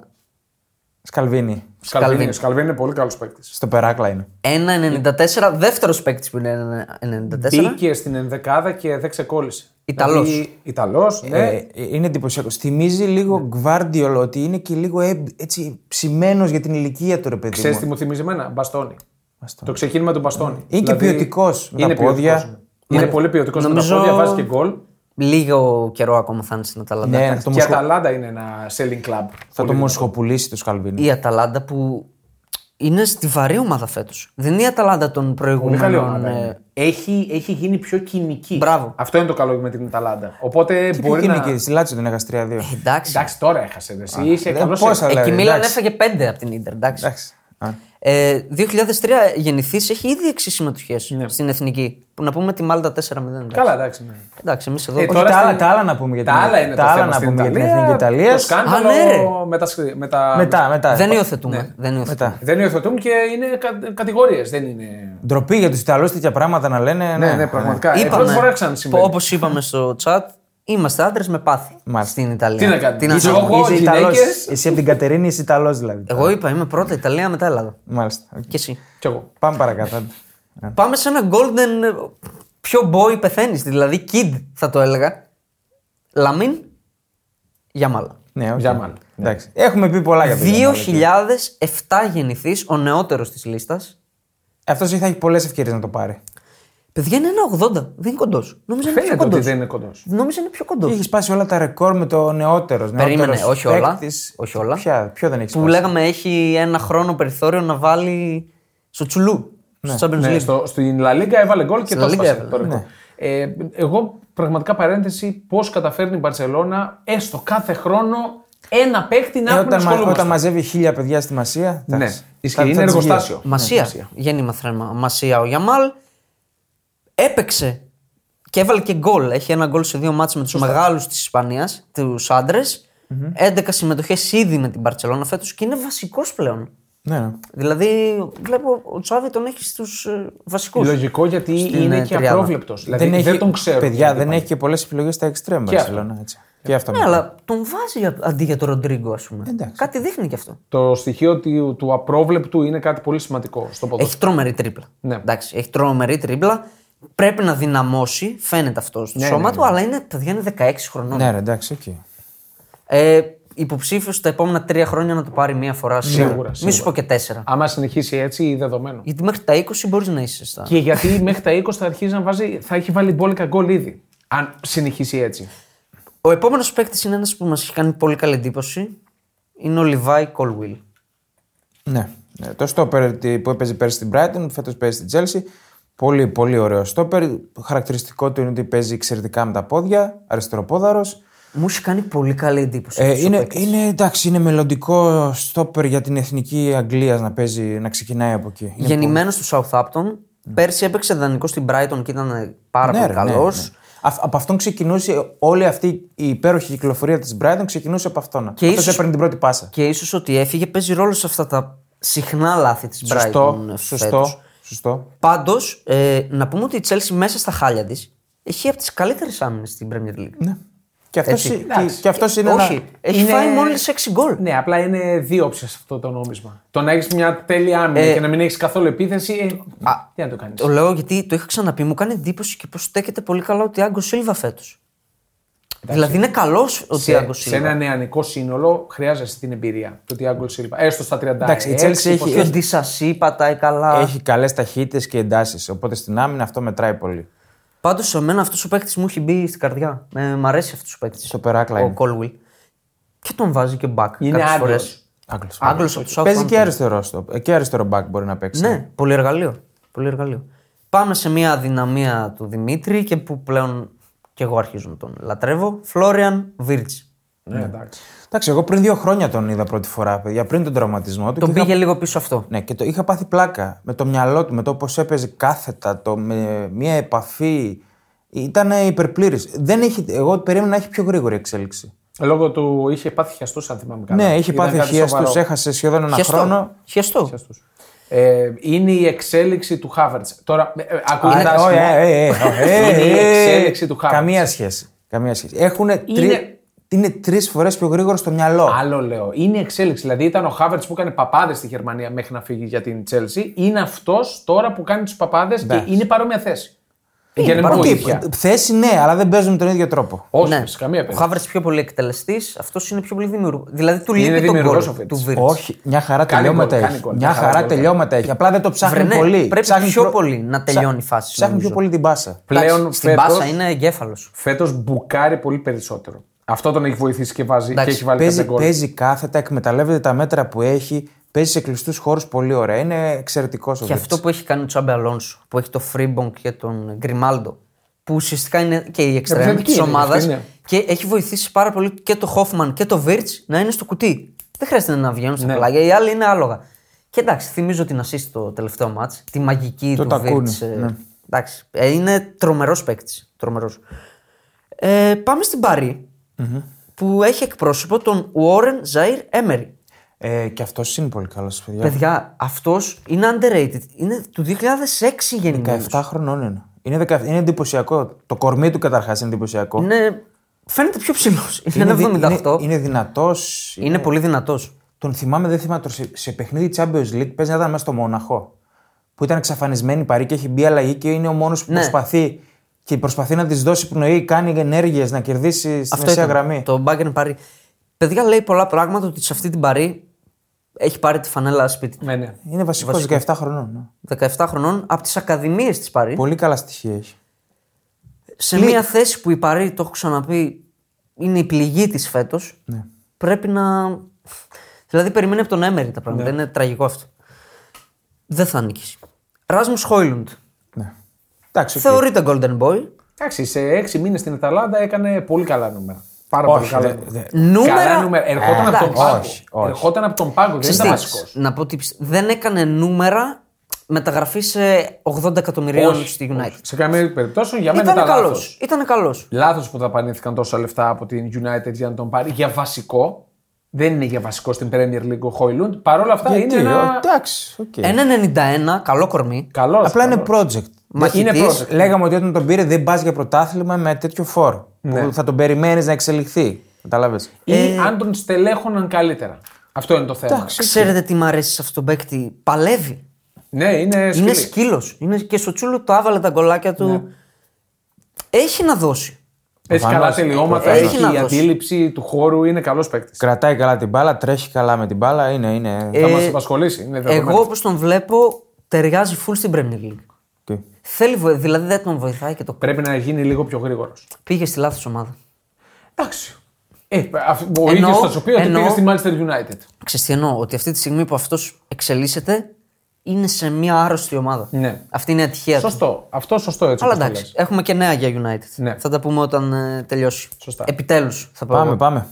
Σκαλβίνη.
Σκαλβίνη. Σκαλβίνη είναι πολύ καλός παίκτης.
Στο περάκλα είναι.
1,94. Δεύτερος παίκτης που είναι 1,94.
Μπήκε στην ενδεκάδα και δεν ξεκόλλησε.
Ιταλός.
Δηλαδή, Ιταλός, ναι.
Ε, είναι εντυπωσιακός. Θυμίζει λίγο Γκβάρντιολ ότι είναι και λίγο εμ- έτσι ψημένος για την ηλικία του ρε παιδί.
Ξέρεις
μου.
τι μου θυμίζει εμένα, μπαστόνι.
Μπαστόνι.
Το ξεκίνημα του μπαστόνι. Δηλαδή,
και ποιοτικός με τα
είναι ποιοτικός,
πόδια.
ναι. Είναι πολύ ποιοτικός με
Νομίζω-
τα πόδια, βάζει και γκολ.
Λίγο καιρό ακόμα θα είναι στην Αταλάντα.
Ναι, θα το,
Και η
μοσχο...
Αταλάντα είναι ένα selling club.
θα
Πολύ Ε,
το μοσχοπουλήσει το Σκαλβίνη.
Η Αταλάντα που είναι στη βαρύ ομάδα φέτος. Δεν είναι η Αταλάντα των
Πολύ καλή
προηγούμενων.
ομάδα
ε,
είναι. Έχει, έχει γίνει πιο κοινική.
Μπράβο.
Αυτό είναι το καλό με την Αταλάντα. Οπότε
Μπορεί
μπορεί
είναι
να. Ε,
και στη Λάτσιο την έχασε 3-2.
Εντάξει.
Εντάξει, τώρα έχασε. Εσύ είσαι
δεν
καλό.
πόσα-
Εκεί
δηλαδή,
η Μίλαν
εντάξει.
έφαγε 5 από την Ιντερ. Εντάξει.
Εντάξει. Α.
Ε, 2003 γεννηθή έχει ήδη 6 συμμετοχέ στην εθνική. Που να πούμε τη Μάλτα 4-0. Εντάξει,
Ναι. Καλά, εντάξει. Ναι.
εντάξει εμείς εδώ.
Ε,
Όχι,
τώρα
τα,
στην-
άλλα, τα άλλα να πούμε για
Τα
την,
άλλα είναι
τα
το
άλλα
θέμα
να
στην
πούμε για την
Ιταλία.
Εθνική
Το
Ιταλίας.
σκάνδαλο
Α, ναι, ρε.
με τα, σχ- με τα-
Μετά, μετά.
ε,
δεν υιοθετούμε.
ναι.
Δεν υιοθετούμε.
Μετά.
Δεν υιοθετούν και είναι κα, κατηγορίες. Δεν είναι.
Ντροπή για τους Ιταλούς τέτοια πράγματα να λένε.
Ναι, ναι, πραγματικά. Ε, πρώτη φορά
Είπαμε,
ξανασυμβαίνει.
Όπως είπαμε στο chat, είμαστε άντρες με πάθη
Μάλιστα.
στην Ιταλία.
Τι να κάνουμε.
Ε, Είσαι,
Εγώ,
είσαι
γυναίκες-
Ιταλός. Εσύ από την Κατερίνη είσαι Ιταλός δηλαδή.
Εγώ είπα, είμαι πρώτα Ιταλία, μετά Ελλάδα.
Μάλιστα. οκ.
Και εσύ.
Κι εγώ.
Πάμε παρακάτω. άντε.
Πάμε σε ένα golden. ε, Πιο boy πεθαίνεις, δηλαδή kid θα το έλεγα. Λαμίν για μάλλον.
Ναι, οκ.
Για μάλλον.
Εντάξει. Έχουμε πει πολλά για τον Γιαμάλ.
2007 γεννηθή, ο νεότερος της λίστας.
Αυτός θα έχει πολλές ευκαιρίες να το πάρει.
Παιδιά είναι ένα 80, δεν είναι κοντός. Νόμιζα είναι πιο
Φαίνεται ότι
κοντός.
δεν είναι κοντός.
Νόμιζα είναι πιο κοντός.
Έχει σπάσει όλα τα ρεκόρ με το νεότερος.
Περίμενε, όχι όλα. Όχι όλα.
Ποια, ποιο δεν έχει
Που
σπάσει.
λέγαμε έχει ένα χρόνο περιθώριο να βάλει στο τσουλού. στο Champions
Ναι,
League.
στο, στην La Liga έβαλε γκολ και
Στη
το
La Liga
σπάσε
έβαλε,
το ρεκόρ. Ε, εγώ πραγματικά παρένθεση πώς καταφέρνει η Μπαρσελόνα έστω κάθε χρόνο ένα παίκτη να
Ε,
έχουν
όταν, μα-
ασχολούμαστε.
όταν μαζεύει χίλια παιδιά στη Μασία.
Ναι,
εντάξει.
ισχύει.
Θα- θα
Είναι
τις βγει.
εργοστάσιο.
Μασία. Γέννημα θέμα. Μασία ο Γιαμάλ. Έπαιξε και έβαλε και γκολ. Έχει ένα γκολ σε δύο μάτς με τους μεγάλους της Ισπανίας, τους άντρες. 11 συμμετοχές ήδη με την Παρσελόνα φέτος και είναι βασικός πλέον.
Ναι, ναι.
Δηλαδή, βλέπω ο Τσάβη τον έχει ε, στου βασικούς.
Λογικό γιατί
Στην,
είναι
ε,
και
τριάδα.
απρόβλεπτος. Δηλαδή δεν, τον ξέρω.
Παιδιά, δεν έχει και πολλές επιλογές στα εξτρέμ.
Και αυτό.
Barcelona, έτσι. Και αυτό.
Ναι, αλλά τον βάζει για- αντί για τον Ροντρίγκο, ας πούμε.
Εντάξει.
Κάτι δείχνει και αυτό.
Το στοιχείο του, του απρόβλεπτου είναι κάτι πολύ σημαντικό στο ποδόσφαιρο.
Έχει τρόμερη τρίπλα.
Ναι.
Εντάξει, έχει τρόμερη τρίπλα. Πρέπει να δυναμώσει, φαίνεται αυτό στο σώμα του, αλλά είναι, παιδιά είναι 16 χρονών.
Ναι, ρε, εντάξει, εκεί.
Ε, υποψήφιος τα επόμενα τρία χρόνια να το πάρει μία φορά σίγουρα.
Σίγουρα,
Μη
σίγουρα.
σου πω και τέσσερα.
Άμα συνεχίσει έτσι, δεδομένο.
Γιατί μέχρι τα 20 μπορείς να είσαι στα.
Και γιατί μέχρι τα 20 θα αρχίσει να βάζει, θα έχει βάλει μπόλικα γκολ ήδη. Αν συνεχίσει έτσι.
Ο επόμενος παίκτης είναι ένας που μας έχει κάνει πολύ καλή εντύπωση. Είναι ο Λιβάη Κολουίλ.
Ναι. Ε, Το στόπερ τι- που έπαιζε πέρσι στην Brighton, φέτος παίζει στην Chelsea. Πολύ, πολύ ωραίο στόπερ. Χαρακτηριστικό του είναι ότι παίζει εξαιρετικά με τα πόδια, αριστεροπόδαρος.
Μου έχει κάνει πολύ καλή εντύπωση.
Ε,
αυτός ο
είναι,
παίκτης.
είναι, εντάξει, είναι μελλοντικό στόπερ για την εθνική Αγγλίας να παίζει, να ξεκινάει από εκεί. Είναι
Γεννημένος στο Southampton. Πέρσι έπαιξε δανεικό στην Brighton και ήταν ε, πάρα
πολύ-
πολύ
ναι,
καλός.
ναι, ναι. Α- από αυτόν ξεκινούσε όλη αυτή η υπέροχη κυκλοφορία της Brighton, ξεκινούσε από αυτόν. Και Αυτός
ίσως-
έπαιρνε την πρώτη πάσα.
Και ίσως ότι έφυγε παίζει ρόλο σε αυτά τα συχνά λάθη της Brighton.
Σωστό,
φέτος.
σωστό, σωστό.
Πάντως, ε, να πούμε ότι η Chelsea μέσα στα χάλια της έχει από τις καλύτερες άμυνες στην Premier League.
Ναι. Και αυτός,
Έτσι.
και- και αυτός είναι
Όχι,
ένα...
έχει
είναι-
φάει μόλις 6 γκολ.
Ναι, απλά είναι δύο όψεις αυτό το νόμισμα. Το να έχεις μια τέλεια
Ε,
άμυνα και να μην έχεις καθόλου επίθεση. Ε, τι να το κάνεις.
Το λέω γιατί το είχα ξαναπεί, μου κάνει εντύπωση και πώ στέκεται πολύ καλά ο Τιάγκο Σίλβα φέτο. Δηλαδή είναι καλός ο
σε,
Τιάγκο
σε
Σίλβα.
ένα νεανικό σύνολο χρειάζεσαι την εμπειρία του Τιάγκο Σίλβα. Έστω στα 30.
Εντάξει, η Chelsea έχει-
Και ο Ντισασί πατάει καλά.
Έχει καλές ταχύτητες και εντάσεις. Οπότε στην άμυνα αυτό μετράει πολύ.
Πάντως σε μένα αυτός ο παίκτης μου έχει μπει στην καρδιά. Ε, μ' αρέσει αυτός ο παίκτης.
Στο περάκλα
Ο
είναι.
Κόλουιλ. Και τον βάζει και μπακ.
Είναι
κάποιες
Άγγλος.
φορές.
Άγγλος.
Άγγλος από το
Παίζει
Southampton.
και αριστερό, στο, και αριστερό back μπορεί να παίξει.
Ναι, πολυεργαλείο. πολυεργαλείο. Πάμε σε μια αδυναμία του Δημήτρη και που πλέον και εγώ αρχίζω να τον λατρεύω. Φλόριαν Βίρτς.
Ναι, εντάξει.
Εντάξει, εγώ πριν δύο χρόνια τον είδα πρώτη φορά, παιδιά, πριν τον τραυματισμό του.
Τον
και είχα-
πήγε λίγο πίσω αυτό.
Ναι, και το είχα πάθει πλάκα με το μυαλό του, με το πώς έπαιζε κάθετα, το, με μια επαφή. Ήταν υπερπλήρης. Δεν έχει, εγώ περίμενα να έχει πιο γρήγορη εξέλιξη.
Λόγω του είχε πάθει χιαστούς, αν θυμάμαι καλά.
Ναι, είχε
Ήταν
πάθει
κάτι σοβαρό.
χιαστού, έχασε σχεδόν ένα
Χιαστό.
χρόνο.
Χιαστό.
Ε, είναι η εξέλιξη του Χάβερτ. Τώρα, ε, ε, ακούγεται
Ε,
άσχημα.
ε, ε, ε, ε, ε,
Είναι η
ε,
εξέλιξη του Χάβερτ.
Καμία σχέση. Καμία σχέση. Έχουν
Είναι
είναι τρει φορέ πιο γρήγορο στο μυαλό.
Άλλο λέω. Είναι εξέλιξη. Δηλαδή ήταν ο Χάβερτ που έκανε παπάδε στη Γερμανία μέχρι να φύγει για την Τσέλση. Είναι αυτό τώρα που κάνει του παπάδε και
Εντάξει.
είναι παρόμοια θέση. για να μην
παρόμοια.
πω
Τι,
τυχαία.
θέση ναι, αλλά δεν παίζουν με τον ίδιο τρόπο.
Όχι,
Ναι.
σε καμία
Ο
περίπτωση.
Χάβερτ πιο πολύ εκτελεστής, αυτός είναι πιο πολύ δημιουργό. Δηλαδή του
Είναι
λείπει τον
δημιουργός ο
κόλπο
Φίτς.
του Βίρτ.
Όχι, μια χαρά
Κάνει
τελειώματα
γκολ,
έχει.
κάνει γκολ,
μια
μια χαρά
χαρά
γκολ.
τελειώματα έχει. Απλά δεν το ψάχνει
Βρενέ,
πολύ.
ναι, πρέπει
ψάχνει
πιο
προ-
πολύ να
ψά-
τελειώνει η φάση,
Ψάχνει πιο
νομίζω.
πολύ την πάσα.
Πλέον
Στην
φέτος-
πάσα είναι εγκέφαλος.
Φέτος μπουκάρει πολύ περισσότερο. Αυτό τον έχει βοηθήσει και, βάζει,
Εντάξει,
και έχει βάλει πέντε
Παίζει,
γκολ.
παίζει κάθετα, εκμεταλλεύεται τα μέτρα που έχει, παίζει σε κλειστούς χώρους πολύ ωραία. Είναι εξαιρετικός ο
Και
Βίρτς.
αυτό που έχει κάνει ο Τσάμπε Αλόνσο, που έχει το Φρίμπονγκ και τον Γκριμάλντο, που ουσιαστικά είναι και η εξτρέμη
Επιθετική
τη
είναι, αυτή
ομάδα
είναι.
και έχει βοηθήσει πάρα πολύ και το Χόφμαν και το Βίρτ να είναι στο κουτί. Δεν χρειάζεται να βγαίνουν
Ναι.
στα πλάγια, οι άλλοι είναι άλογα. Και εντάξει, θυμίζω την assist το τελευταίο μάτς, τη μαγική του
τακούνι,
Βίρτ.
ναι.
Εντάξει, ε, είναι τρομερός παίκτης. Τρομερός. Ε, πάμε στην παρη που έχει εκπρόσωπο τον Warren Ζάιρ Έμερι.
Ε, και αυτός είναι πολύ καλός, παιδιά.
Παιδιά, αυτός είναι underrated. Είναι του 2006 γενικά.
17 χρονών είναι. Είναι, 17 είναι εντυπωσιακό. Το κορμί του καταρχάς είναι εντυπωσιακό.
Είναι... Φαίνεται πιο ψηλός. Ναι, Είναι,
δυ-
78.
είναι, είναι δυνατός.
Είναι πολύ δυνατός.
Τον θυμάμαι, δεν θυμάμαι. το- Σε, σε παιχνίδι Champions League παίζει να ήταν μέσα στο Μόναχο. Που ήταν εξαφανισμένη η Παρή και έχει μπει αλλαγή και είναι ο μόνος που
Ναι.
προσπαθεί και προσπαθεί να της δώσει πνοή, κάνει ενέργειες, να κερδίσει στη
Αυτό
μεσαία
ήταν.
γραμμή.
Το Bayern Paris. Παιδιά λέει πολλά πράγματα ότι σε αυτή την Παρή έχει πάρει τη φανέλα σπίτι του.
Ναι, ναι.
Είναι βασικός 17 χρονών. ναι.
17 χρονών από τις ακαδημίες της Παρή.
Πολύ καλά στοιχεία έχει.
Σε μια θέση που η Παρή, το έχω ξαναπεί, είναι η πληγή της φέτος.
Ναι,
Πρέπει να. Δηλαδή περιμένει από τον Έμερι τα
Ναι.
πράγματα. Είναι τραγικό αυτό. Δεν θα νικήσει. Ράσμου Χόιλουντ.
Ναι. Εντάξει, οκ.
Θεωρείται Golden Boy.
Εντάξει, σε έξι μήνες στην Ιταλάντα έκανε πολύ καλά νούμερα. Πάρα
Όχι,
πολύ καλά Ναι,
δεν-
νούμερα.
δεν-
Νούμερα-
Καλά νούμερα. Ερχόταν,
Ε,
από τον
εντάξει.
πάγκο.
Όχι, όχι.
Ερχόταν από τον πάγκο και δεν
Ξέρεις
ήταν
τι,
βασικός.
Να πω ότι ψ- δεν έκανε νούμερα μεταγραφή σε 80 εκατομμυρίων στη United.
Σε καμία περίπτωση για μένα
Ήταν
ήταν
καλός.
λάθος.
Ήταν καλός.
Λάθος που δαπανήθηκαν τόσα λεφτά από την United για να τον πάρει για βασικό. Δεν είναι για βασικό στην Premier League ο Χόιλουντ. Παρ' όλα αυτά
Γιατί,
είναι
ε,
ο-
ένα.
Εντάξει, οκ.
Ένα 91, καλό κορμί.
Καλός.
Απλά είναι project.
Είναι
Μαχητής.
project.
Λέγαμε ότι όταν τον πήρε δεν πας για πρωτάθλημα με τέτοιο φόρ. Που θα τον περιμένεις να εξελιχθεί. Κατάλαβες.
ε,
Ή αν τον στελέχωναν καλύτερα. Αυτό είναι το θέμα.
Ξέρετε τι μου αρέσει σε αυτόν τον παίκτη. Παλεύει.
Ναι, είναι σκύλι. Ναι.
Είναι σκύλος. Είναι και στο τσούλο του άβαλε τα γκολάκια του. Έχει να δώσει.
Έχει καλά
Προφανώς.
τελειώματα.
Έχει
Έχει
να
η
δώσει.
αντίληψη του χώρου. Είναι καλός παίκτης.
Κρατάει καλά την μπάλα, τρέχει καλά με την μπάλα. Είναι. είναι...
Θα
Ε,
μας απασχολήσει. Είναι δεδομένο.
Εγώ όπως τον βλέπω ταιριάζει full στην Premier League.
Τι.
Θέλει, βοη- δηλαδή δεν τον βοηθάει και το
Πρέπει να γίνει λίγο πιο γρήγορος.
πήγε στη λάθος ομάδα.
Εντάξει. Ε, αυ- ο
Εννοώ-
ίδιος θα σου πει ότι
εννοώ-
πήγε στη Manchester United.
Ξέρεις τι εννοώ, ότι αυτή τη στιγμή που αυτός εξελίσσεται είναι σε μια άρρωστη ομάδα.
Ναι.
Αυτή είναι η ατυχία του.
Σωστό. Αυτό σωστό έτσι.
Αλλά
όπως το
εντάξει,
λες.
έχουμε και νέα για United.
Ναι.
Θα τα πούμε όταν ε, τελειώσει.
Σωστά.
Επιτέλους θα πω.
Πάμε,
εγώ.
πάμε.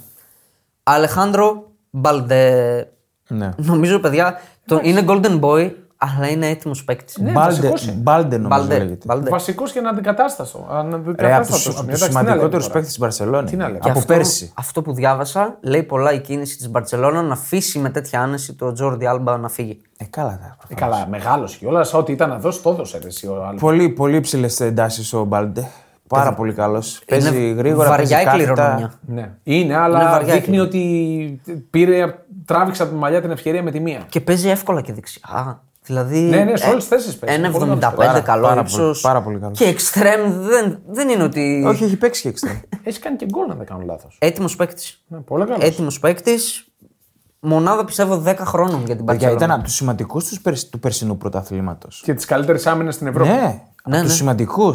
Αλεχάνδρο Μπαλντε.
Ναι.
Νομίζω, παιδιά, το... είναι golden boy, αλλά είναι έτοιμος παίκτης.
Ναι,
Μπάλντε,
βασικός είναι.
Μπάλντε νομίζω
Μπαλντε.
λέγεται.
Μπαλντε.
Βασικός και αναντικατάστατο.
Ναι. Ρε, από
Αναντικατάστατο.
του σημαντικότερου παίκτες της Μπαρσελόνη.
να λέμε.
Από
Και
Αυτό-
πέρσι.
Αυτό που διάβασα λέει πολλά η κίνηση της Μπαρσελόνα να αφήσει με τέτοια άνεση το Τζόρντι Άλμπα να φύγει.
Ε, καλά τα. προφανώς.
Καλά, μεγάλο κιόλας. Ό,τι ήταν να δώσει, το έδωσε ρε, εσύ ο άλλο.
Πολύ, πολύ υψηλέ εντάσεις ο Μπάλντε. Πάρα πολύ καλός. Παίζει γρήγορα.
Βαριά η
παίζει κάθετα.
κληρονομιά.
Ναι. Είναι, αλλά
Είναι βαριά
δείχνει
η
ότι πήρε, τράβηξε από τη μαλλιά την ευκαιρία με τη μία.
Και παίζει εύκολα και δεξιά. Δηλαδή,
Ναι,
Ε,
ναι, σε όλες τις θέσεις παίζει.
Ένα
Πολύ
75
καλός.
καλό
Πάρα
ύψος.
πολύ- πάρα πολύ καλός.
Και εξτρέμ δεν, δεν είναι ότι.
Όχι, έχει παίξει και εξτρέμ.
Ε, Έχει κάνει και γκολ, αν δεν κάνω λάθος.
Έτοιμος παίκτης.
Ναι, πολύ
Ε,
καλός.
Έτοιμος παίκτης. Μονάδα πιστεύω 10 χρόνων για την
Παιδιά,
Παρσελόνα.
ήταν από τους σημαντικούς τους περσινού πρωταθλήματος.
Και τις καλύτερες άμυνες στην Ευρώπη.
Ναι, από
ναι.
του σημαντικού.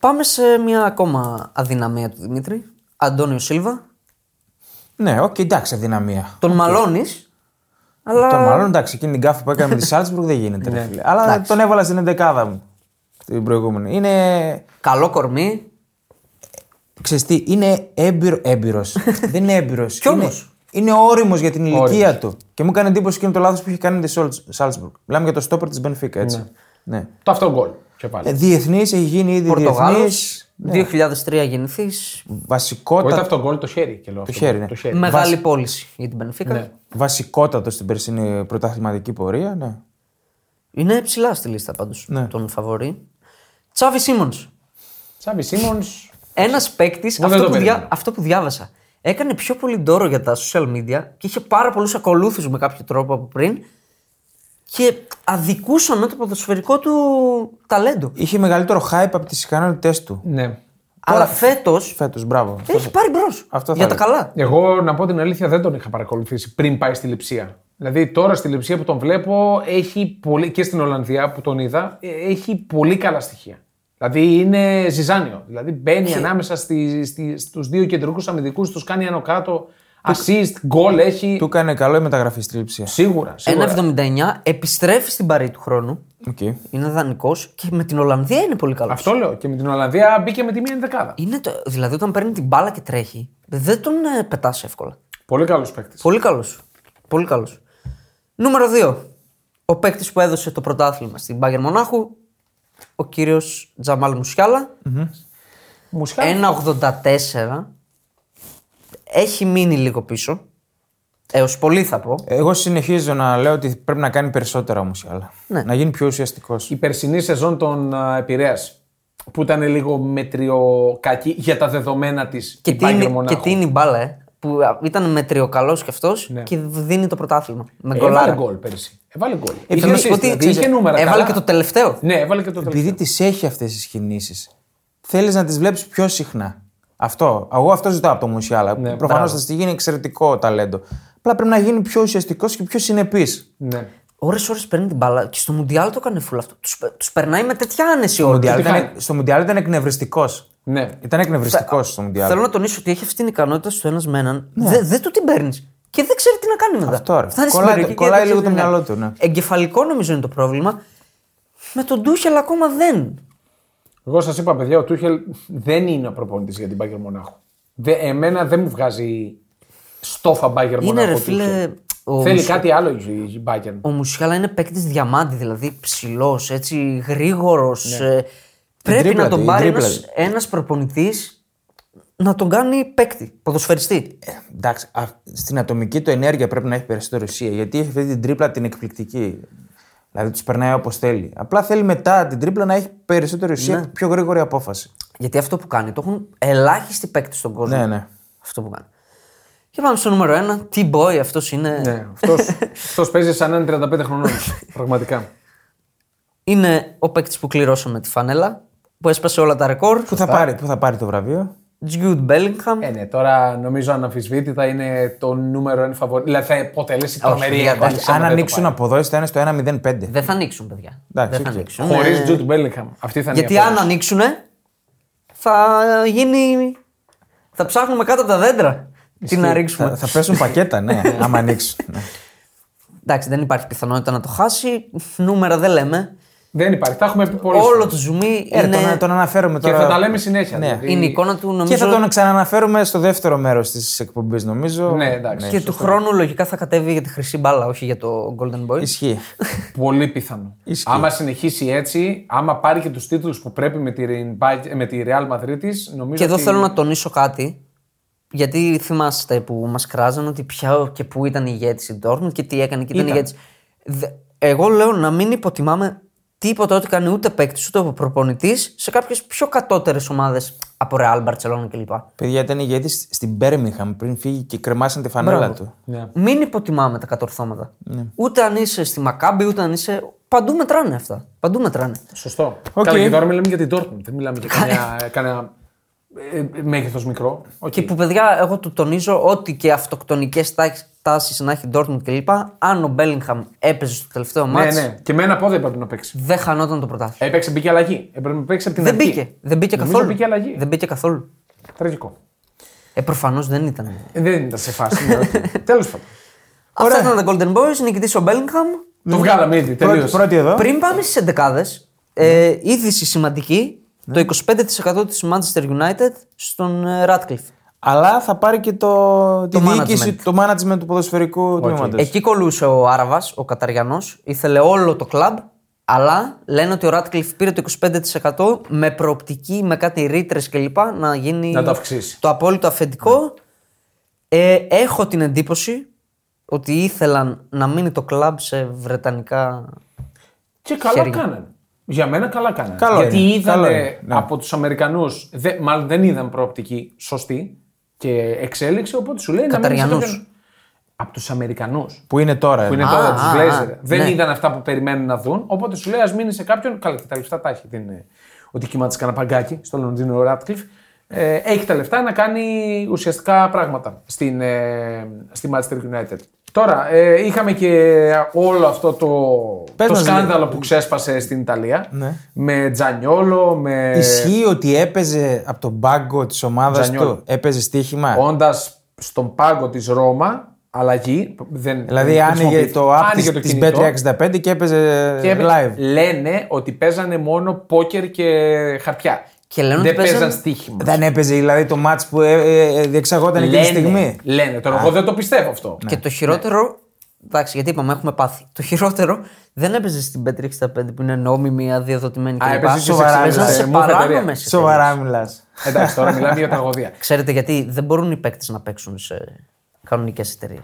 Πάμε σε μια ακόμα αδυναμία του Δημήτρη. Αντώνιο Σίλβα.
Ναι, οκ, εντάξει, αδυναμία.
Τον μαλώνεις. Αλλά Ναι.
Τον μάλλον εντάξει, εκείνη την κάφη που έκανε με τη Σάλτσμπουργκ δεν γίνεται. ρε φίλε. Αλλά τον έβαλα στην 11 μου την προηγούμενη. Είναι
καλό κορμί.
Ξέρεις τι, είναι έμπειρο, έμπειρος. δεν είναι έμπειρος. Κι
όμως.
Είναι, είναι όριμος για την ηλικία
Όριμος.
του. Και μου έκανε εντύπωση εκείνο το λάθος που είχε κάνει με τη Σολτς- Σάλτσμπουργκ. Μιλάμε για το στόπερ της Μπενφίκα, έτσι. Ναι. ναι.
Το αυτό γκολ. Και πάλι.
Ε, Διεθνής, έχει γίνει ήδη
Πορτογάλος.
διεθνής.
2003 γεννηθή.
Όχι
Βασικότατο,
το αυτό γκολ, το χέρι. Και λέω το
χέρι, ναι.
Το χέρι.
Μεγάλη πώληση για την Benfica.
Ναι.
βασικότατο στην περσινή πρωταθληματική πορεία. Ναι.
Είναι ψηλά στη λίστα πάντως
Ναι.
των φαβορή. Τσάβι Σίμον.
Σάβη Σίμον.
Ένας παίκτης,
δεν το
αυτό, που
περίμενα.
δια- αυτό που διάβασα, έκανε πιο πολύ ντόρο για τα social media και είχε πάρα πολλούς ακολούθους με κάποιο τρόπο από πριν και αδικούσαν το ποδοσφαιρικό του ταλέντο.
Είχε μεγαλύτερο hype από τις ικανότητές του.
Ναι.
Αλλά φέτος
Φέτος, μπράβο.
έχει πάρει μπρος.
Αυτό θα
Για τα
έλεγα.
καλά.
Εγώ να πω την αλήθεια δεν τον είχα παρακολουθήσει πριν πάει στη Λιψία. Δηλαδή τώρα στη Λιψία που τον βλέπω έχει πολύ, και στην Ολλανδία που τον είδα ε, έχει πολύ καλά στοιχεία. Δηλαδή είναι ζυζάνιο. Δηλαδή μπαίνει ανάμεσα στη, στη, στους δύο κεντρικούς αμυντικούς, τους κάνει άνω κάτω, assist, γκολ έχει.
Του έκανε καλό η μεταγραφή στη λήψη.
Σίγουρα, σίγουρα.
1,79 επιστρέφει στην παρή του χρόνου.
Okay.
Είναι δανεικός και με την Ολλανδία είναι πολύ καλός.
Αυτό λέω. Και με την Ολλανδία μπήκε με τη μία ενδεκάδα.
Είναι το... Δηλαδή, όταν παίρνει την μπάλα και τρέχει, δεν τον ε, πετάς εύκολα.
Πολύ καλός παίκτης.
Πολύ καλός. Πολύ καλός. Νούμερο 2. Ο παίκτης που έδωσε το πρωτάθλημα στην Μπάγκερ Μονάχου, ο κύριος Τζαμάλ Μουσιάλα.
Ναι. Μουσικά.
1,84. Έχει μείνει λίγο πίσω. Έως πολύ θα πω.
Εγώ συνεχίζω να λέω ότι πρέπει να κάνει περισσότερα όμως κι άλλα.
Ναι.
Να γίνει πιο ουσιαστικός.
η περσινή σεζόν των α, Πειραιάς, που ήταν λίγο μετριοκακή για τα δεδομένα της
Και
η Bayern
τίνει, και
Μονάχου.
τίνει μπάλα, ε, που α, ήταν μετριοκαλός κι αυτός και δίνει το πρωτάθλημα. Με
Έβαλε
γκολάρα.
Ναι. Ε, γκολ πέρσι. Έβαλε γκολ.
Θέλω να σου πω
assist,
ότι
δηλαδή, είχε νούμερα.
έβαλε
καλά.
και το τελευταίο.
Ναι, έβαλε και το τελευταίο.
Επειδή τις έχει αυτές τις κινήσεις, θέλεις να τις βλέπεις πιο συχνά. Αυτό. Εγώ αυτό ζητάω από το Μουσιάλα. Ναι, Προφανώς
μπράβο.
θα στη γίνει εξαιρετικό ταλέντο. Απλά πρέπει να γίνει πιο ουσιαστικός και πιο συνεπής.
Ναι.
Ώρε-ώρε παίρνει την μπάλα και στο Μουντιάλ το έκανε φουλ αυτό. Τους περνάει με τέτοια άνεση
Στο
όλη.
Μουντιάλ
τι
ήταν-
φάνηκε.
Στο Μουντιάλ ήταν εκνευριστικός.
ναι.
Ήταν εκνευριστικός στο Μουντιάλ.
Θέλω να τονίσω ότι έχει αυτή την ικανότητα στο ένας με έναν. Δεν δε του την παίρνεις. Και δεν ξέρει τι να κάνει μετά.
Ναι. Αυτό, ρε.
Φτάνεις στην
Κολλάει το-
περιοχή και
κολλάει
δεν
λίγο
ξέρει
το
τι να
μυαλό
κάνει.
του, ναι.
Εγκεφαλικό νομίζω είναι το πρόβλημα. Με τον Ντούχελ ακόμα δεν.
Εγώ σας είπα, παιδιά, ο Τούχελ δεν είναι ο προπονητής για την Bayern Μονάχου. Δε, εμένα δεν μου βγάζει στόφα Bayern Μονάχου.
Είναι ρε
ο
φίλε.
Tuchel.
Ο,
Θέλει
Μουσ...
κάτι άλλο η η Bayern.
ο Μουσιάλα είναι παίκτης διαμάντη, δηλαδή ψηλός, έτσι γρήγορος. πρέπει
τρίπλα
να
του,
τον
η
πάρει
Ναι. τρίπλα του.
ένας προπονητής να τον κάνει παίκτη, ποδοσφαιριστή. Ε,
Εντάξει, α- στην ατομική του ενέργεια πρέπει να έχει περισσότερη ουσία. Γιατί έχει αυτή την τρίπλα την εκπληκτική. Δηλαδή τους περνάει όπως θέλει. Απλά θέλει μετά την τρίπλα να έχει περισσότερη ουσία, πιο γρήγορη απόφαση.
Γιατί αυτό που κάνει το έχουν ελάχιστοι παίκτες στον κόσμο.
Ναι, ναι.
Αυτό που κάνει. Και πάμε στο νούμερο 1. T-boy αυτός είναι.
Ναι, αυτός παίζει σαν έναν 35 χρονών. Πραγματικά.
Είναι ο παίκτης που κληρώσαμε τη φανέλα, που έσπασε όλα τα ρεκόρ.
Πού θα, πάρει, πού θα πάρει το βραβείο.
Jude Bellingham.
Ε, ναι, τώρα νομίζω αναμφισβήτητα είναι το νούμero ένα φαβορή. Δηλαδή θα αποτελέσει τρομερή
δεν
εμφάνιση.
Αν ανοίξουν αποδόσει, θα είναι στο 1-0-5.
Δεν θα ανοίξουν, παιδιά. Δεν
Εντάξει,
θα
οκ. Ναι,
ανοίξουν.
Χωρίς
Ε,
Τζουτ Μπέλιχαμ. Αυτή θα είναι
Γιατί
η απόδοση.
αν ανοίξουν, θα γίνει. Θα ψάχνουμε κάτω από τα δέντρα. Τι να ρίξουμε.
Θα, θα πέσουν πακέτα, ναι, άμα ανοίξουν. Ναι.
Εντάξει, δεν υπάρχει πιθανότητα να το χάσει. Νούμερα δεν λέμε.
Δεν υπάρχει. Τα έχουμε πει πολλές
Όλο το ζουμί
Ε,
είναι,
τον, τον αναφέρουμε
Ναι. Και
τώρα.
θα τα λέμε συνέχεια.
Ναι.
δηλαδή.
είναι η εικόνα του, νομίζω.
Και θα τον ξαναναφέρουμε στο δεύτερο μέρος της εκπομπής, νομίζω.
Ναι, εντάξει.
και του χρόνου λογικά θα κατέβει για τη χρυσή μπάλα, όχι για το Golden Boy.
Ισχύει.
Πολύ πιθανό.
Ισχύει.
Άμα συνεχίσει έτσι, άμα πάρει και τους τίτλους που πρέπει με τη, Real- με τη Real Madrid της, νομίζω.
Και εδώ
ότι-
θέλω να τονίσω κάτι. Γιατί θυμάστε που μας κράζαν ότι πια και πού ήταν η ηγέτη η Dortmund και τι έκανε και ήταν, ηγέτης. Δε- Εγώ λέω να μην υποτιμάμε τίποτα ό,τι κάνει ούτε παίκτης ούτε προπονητής σε κάποιες πιο κατώτερες ομάδες από Real, Barcelona κλπ.
Παιδιά ήταν ηγέτης στην Birmingham πριν φύγει και κρεμάσαν τη φανέλα του.
Ναι.
Μην υποτιμάμε τα κατορθώματα. Ούτε αν είσαι στη Μακάμπη, ούτε αν είσαι. Παντού μετράνε αυτά. Παντού μετράνε.
Σωστό.
Οκ.
Καλά, και τώρα μιλάμε για την Dortmund. Δεν μιλάμε για κανένα, κανένα μέγεθος μικρό. Οκ.
Και που παιδιά, εγώ του τονίζω ότι και αυτοκτονικές τάσεις να έχει η Dortmund κλπ. Αν ο Μπέλιγχαμ έπαιζε στο τελευταίο
Ναι,
μάτς,
ναι. Και με ένα πόδι έπρεπε να παίξει. Ε,
δεν χανόταν το πρωτάθλημα.
Έπαιξε, μπήκε αλλαγή. Έπρεπε να παίξει από την
Δεν
αρχή.
μπήκε. Δεν μπήκε
Ε, Νομίζω
καθόλου.
μπήκε αλλαγή.
Δεν μπήκε καθόλου.
Τραγικό.
Ε, προφανώς δεν ήταν.
Ε, Δεν ήταν σε φάση. Τέλος πάντων.
Αυτά ήταν τα Golden Boys, νικητής ο Bellingham.
Το βγάλαμε ήδη.
Πρώτη,
Τελείωσε.
πρώτη εδώ.
Ναι.
Πριν πάμε στις εντεκάδες, ε, είδηση σημαντική. Το 25% της Manchester United στον ε, Ratcliffe.
Αλλά θα πάρει και το, τη
Το
διοίκηση,
management.
το management του ποδοσφαιρικού τμήματος.
Εκεί κολούσε ο Άραβας, ο Καταριανός, ήθελε όλο το κλαμπ, αλλά λένε ότι ο Ράτκλιφ πήρε το 25% με προοπτική, με κάτι ρήτρες κλπ. να γίνει
Να το αυξήσει.
το απόλυτο αφεντικό. Ε, έχω την εντύπωση ότι ήθελαν να μείνει το κλαμπ σε βρετανικά.
Ναι, Και καλά
Χέρια.
κάνανε. Για μένα καλά κάνανε.
Καλό
Γιατί
είναι. Καλό
είδανε
είναι. Ναι.
από τους Αμερικανούς, δε, μάλλον δεν είδαν προοπτική σωστή και εξέλιξη, οπότε σου λέει να
Καταριανούς.
Από τους Αμερικανούς.
Που είναι τώρα.
Που είναι
εννοώ.
τώρα
α,
τους
α,
Blazer.
α,
δεν
ναι.
είδαν αυτά που περιμένουν να δουν. Οπότε σου λέει: Ας μείνει σε κάποιον. Καλά, και τα λεφτά τα έχει. Δεν είναι ότι κοιμάται κανένα παγκάκι στο Λονδίνο ο Ράτκλιφ. Ε, έχει τα λεφτά να κάνει ουσιαστικά πράγματα στην, ε, στη Manchester United. Τώρα, ε, είχαμε και όλο αυτό το,
Πες
το
μας, δηλαδή.
σκάνδαλο που ξέσπασε στην Ιταλία.
Ναι.
Με Τζανιόλο, με.
Ισχύει ότι έπαιζε από τον πάγκο της ομάδας
Τζανιόλ.
του, έπαιζε στοίχημα.
Όντας στον πάγκο της Ρώμα, αλλαγή. Δεν,
Δηλαδή
δεν
άνοιγε
χρησιμοποιήθηκε.
το app
Ε, Άνοιγε
της- της
κινητό.
Bet365 και
Ε,
έπαιζε ε,
Και
live.
Λένε ότι παίζανε μόνο πόκερ και χαρτιά.
Και λένε
δεν
ότι παίζανε-
παίζαν στοίχημα.
Δεν έπαιζε δηλαδή το μάτς που ε, ε, ε, διεξαγόταν εκείνη τη στιγμή.
λένε. Τώρα εγώ δεν το πιστεύω αυτό.
Και το χειρότερο. Εντάξει, γιατί είπαμε, έχουμε πάθει. Το χειρότερο δεν έπαιζε στην Πέτρη 65 που είναι νόμιμη, αδιαδοτημένη κλπ.
έπαιζε και σε
Σοβαρά,
ξένες,
έπαιζε
ε,
σε
μου έφερε εταιρεία.
παράνομες εταιρείες.
Σοβαρά μιλά.
Ναι. Εντάξει, τώρα μιλάμε για τραγωδία.
Ξέρετε γιατί δεν μπορούν οι παίκτες να παίξουν σε κανονικές εταιρείες.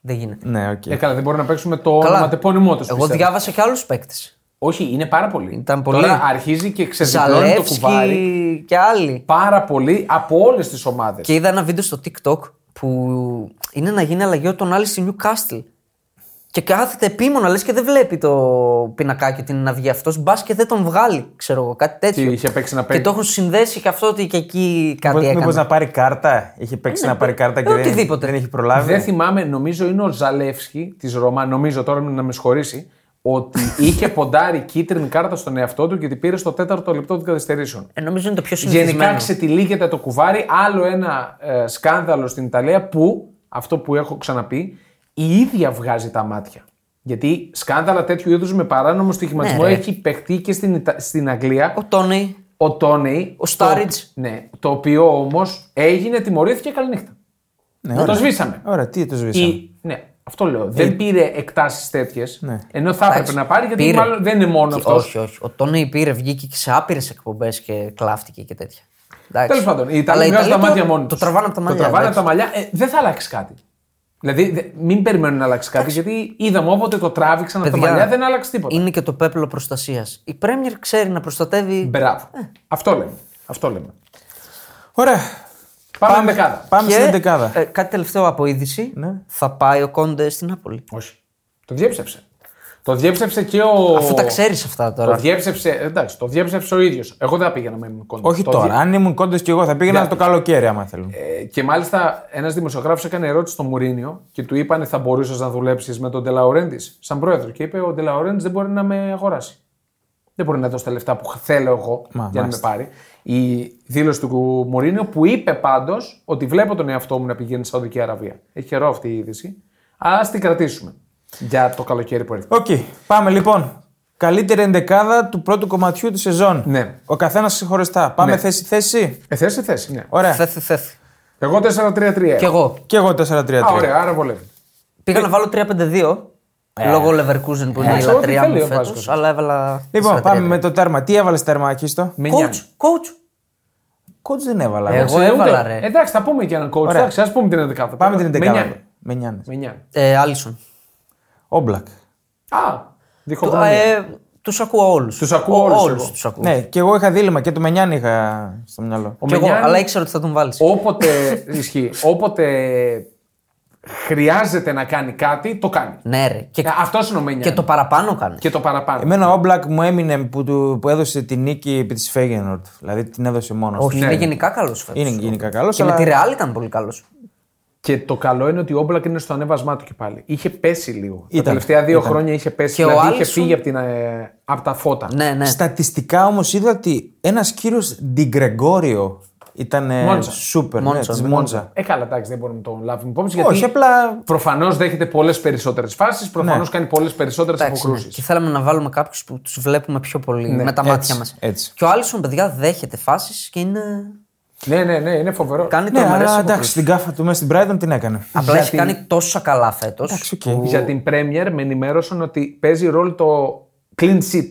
Δεν γίνεται.
Ναι, οκ.
Ε, καλά, δεν μπορούν να παίξουν με το όνομα τεπώνυμό τους.
Εγώ διάβασα και άλλους παίκτες.
Όχι, είναι πάρα πολύ.
Ήταν πολύ.
Τώρα αρχίζει και ξεζαλώνει Ε, το κουβάρι
Ζαλεύσκι και άλλοι.
πάρα πολύ από όλες τις ομάδες.
Και είδα ένα βίντεο στο TikTok που είναι να γίνει αλλαγή όταν άλλη στη Newcastle. Και κάθεται επίμονα, λες και δεν βλέπει το πινακάκι ότι είναι να βγει αυτός. Μπας και δεν τον βγάλει, ξέρω εγώ, κάτι τέτοιο.
Και είχε παίξει να
Και
παίξει.
το έχουν συνδέσει και αυτό ότι και εκεί κάτι
Μήπως-
έκανε.
Μήπως να πάρει κάρτα. Είχε παίξει
ναι,
να πάρει κάρτα και
ε,
δεν,
οτιδήποτε.
δεν έχει προλάβει.
Δεν θυμάμαι, νομίζω είναι ο Ζαλεύσκι της Ρώμα, νομίζω τώρα να με συγχωρήσει, ότι είχε ποντάρει κίτρινη κάρτα στον εαυτό του και την πήρε στο τέταρτο λεπτό των καθυστερήσεων.
Ε, νομίζω είναι το πιο
Γενικά
συνηθισμένο.
ξετυλίγεται το κουβάρι. Άλλο ένα ε, σκάνδαλο στην Ιταλία που, αυτό που έχω ξαναπεί, η ίδια βγάζει τα μάτια. Γιατί σκάνδαλα τέτοιου είδους με παράνομο στοιχηματισμό
Ναι, ρε.
έχει παιχτεί και στην, Ιτα- στην Αγγλία.
Ο Τόνι.
Ο Τόνεϊ.
Ο Στάριτς.
το- Ναι, το οποίο όμως έγινε, τιμωρήθηκε καληνύχτα.
Ναι,
Δεν το
ωραία.
σβήσαμε.
Ωραία, τι το σβήσαμε.
Η... Ναι, αυτό λέω. Δεν πήρε εκτάσεις τέτοιες.
Ναι.
Ενώ θα έπρεπε να πάρει γιατί
Πήρε.
μάλλον δεν είναι μόνο
Και-
αυτός.
Όχι, όχι. Ο Τόνι πήρε, βγήκε και σε άπειρες εκπομπές και κλάφτηκε και τέτοια. Εντάξει.
Τέλος πάντων, οι Ιταλοί
Αλλά οι
βγάζουν τα
Ιταλοί
μάτια
το-
μόνοι
Το
τους.
τραβάνε από τα μάτια.
Το τραβάνε από τα μαλλιά. Ε, δεν θα αλλάξει κάτι. Δηλαδή δε- μην περιμένουν να αλλάξει κάτι γιατί είδαμε όποτε το τράβηξαν από τα μαλλιά δεν άλλαξε τίποτα.
Είναι και το πέπλο προστασίας. Η Πρέμιερ ξέρει να προστατεύει.
Μπράβο. Αυτό λέμε. Αυτό λέμε.
Ωραία.
Πάμε στην δεκάδα.
Πάμε
και,
στην δεκάδα.
ε, κάτι τελευταίο από είδηση.
Ναι.
Θα πάει ο Κόντε στην Νάπολη.
Όχι. Το διέψευσε. Το διέψευσε και ο.
Αφού τα ξέρεις αυτά
Το
τώρα.
διέψευσε, εντάξει, το διέψευσε ο ίδιος. Εγώ δεν θα πήγαινα με κοντά.
Όχι
Το
τώρα.
διέ-
Αν ήμουν κόντο κι εγώ θα πήγαινα
Ναι.
το καλοκαίρι, άμα θέλουν.
Ε, και μάλιστα ένας δημοσιογράφος έκανε ερώτηση στο Μουρίνιο και του είπανε θα μπορούσες να δουλέψεις με τον Ντελαουρέντη σαν πρόεδρο. Και είπε: Ο Ντελαουρέντη δεν μπορεί να με αγοράσει. Δεν μπορεί να δώσει τα λεφτά που θέλω εγώ
Μα,
για να με
μάλιστα.
πάρει. Η δήλωση του Μουρίνιο που είπε πάντως ότι βλέπω τον εαυτό μου να πηγαίνει στη Σαουδική Αραβία. Έχει καιρό αυτή η είδηση. Ας την κρατήσουμε για το καλοκαίρι που έρχεται.
Οκ, πάμε λοιπόν. Καλύτερη ενδεκάδα του πρώτου κομματιού της σεζόν.
Ναι.
Ο καθένας ξεχωριστά. Πάμε
Ναι.
θέση-θέση.
Ε, θέση, θέση, ναι.
Ωραία.
Θεθ, θεθ.
Εγώ 4-3-3.
Κι εγώ.
Κι εγώ 4-3-3.
Α, ωραία, άρα βολεύει. Ε.
Πήγα να βάλω 3-5-2. Λόγω Leverkusen που είναι η
ξέρω ότι
λατρεία
Ε. θέλει
μου
ο
φέτος.
Βάσκος.
Αλλά έβαλα.
Λοιπόν,
4-3-3.
πάμε με το τέρμα. Τι έβαλες τέρμα, Ακίστο.
Με νοιάζει.
Coach, coach.
Κότ δεν έβαλα.
Εγώ
εντάξει.
Ε, ούτε-
έβαλα, ρε.
Εντάξει, θα πούμε και έναν coach.
Ωραία.
Εντάξει, ας πούμε την 11.
Πάμε την
Με
ενδεκάδα.
νοιάζει.
Με νοιάνε.
Με νοιάζει.
Ε, Άλισον.
Α,
Όμπλακ.
Του
διχογνωμία.
ε, τους ακούω όλους.
Τους ακούω όλους εγώ.
Τους ακούω.
Ναι, και εγώ είχα δίλημα και το Μενιάννη είχα στο μυαλό.
Ο
Κι εγώ,
Μενιάννη,
αλλά ήξερα ότι θα τον βάλεις.
όποτε, ισχύει, όποτε χρειάζεται να κάνει κάτι, το κάνει.
Ναι, ρε. Και,
Αυτός είναι ο Μενιάννη.
και το παραπάνω κάνεις.
Και το παραπάνω.
Εμένα ο Όμπλακ μου έμεινε που, του, που έδωσε τη νίκη επί της Φέγενορντ. Δηλαδή την έδωσε μόνος.
Όχι,
Ναι.
είναι γενικά καλός φέτος.
Είναι γενικά καλός,
Και
αλλά-
με τη Ρεάλ ήταν πολύ καλός.
Και το καλό είναι ότι ο Όμπλακ είναι στο ανέβασμά του και πάλι. Είχε πέσει λίγο.
Ήταν.
Τα τελευταία δύο
Ήταν.
χρόνια είχε πέσει.
Και ο
δηλαδή είχε
Άλισον-
φύγει από, την, ε, απ' τα φώτα.
Ναι, ναι.
Στατιστικά όμως είδα ότι ένας κύριος Ντιγκρεγόριο Ήταν
Μόντζα.
σούπερ. Ναι,
Μόντζα,
της
ναι,
Μόντζα.
Ε, καλά, εντάξει, δεν μπορούμε να τον λάβουμε υπόψη.
Όχι,
γιατί
απλά.
προφανώς δέχεται πολλές περισσότερες φάσεις, προφανώς
Ναι.
κάνει πολλές περισσότερες
Εντάξει, ναι.
αποκρούσεις.
Και θέλαμε να βάλουμε κάποιους που τους βλέπουμε πιο πολύ με τα
έτσι,
μάτια μας.
έτσι.
Και ο Άλισον, παιδιά, δέχεται φάσεις και είναι.
Ναι, ναι, ναι, είναι φοβερό.
κάνει
Ναι,
τρομερές
αλλά εντάξει, την κάφα του μέσα στην Brighton την έκανε.
Απλά έχει κάνει τόσα καλά φέτος.
Εντάξει, οκ.
Για την Premier με ενημέρωσαν ότι παίζει ρόλο το clean sheet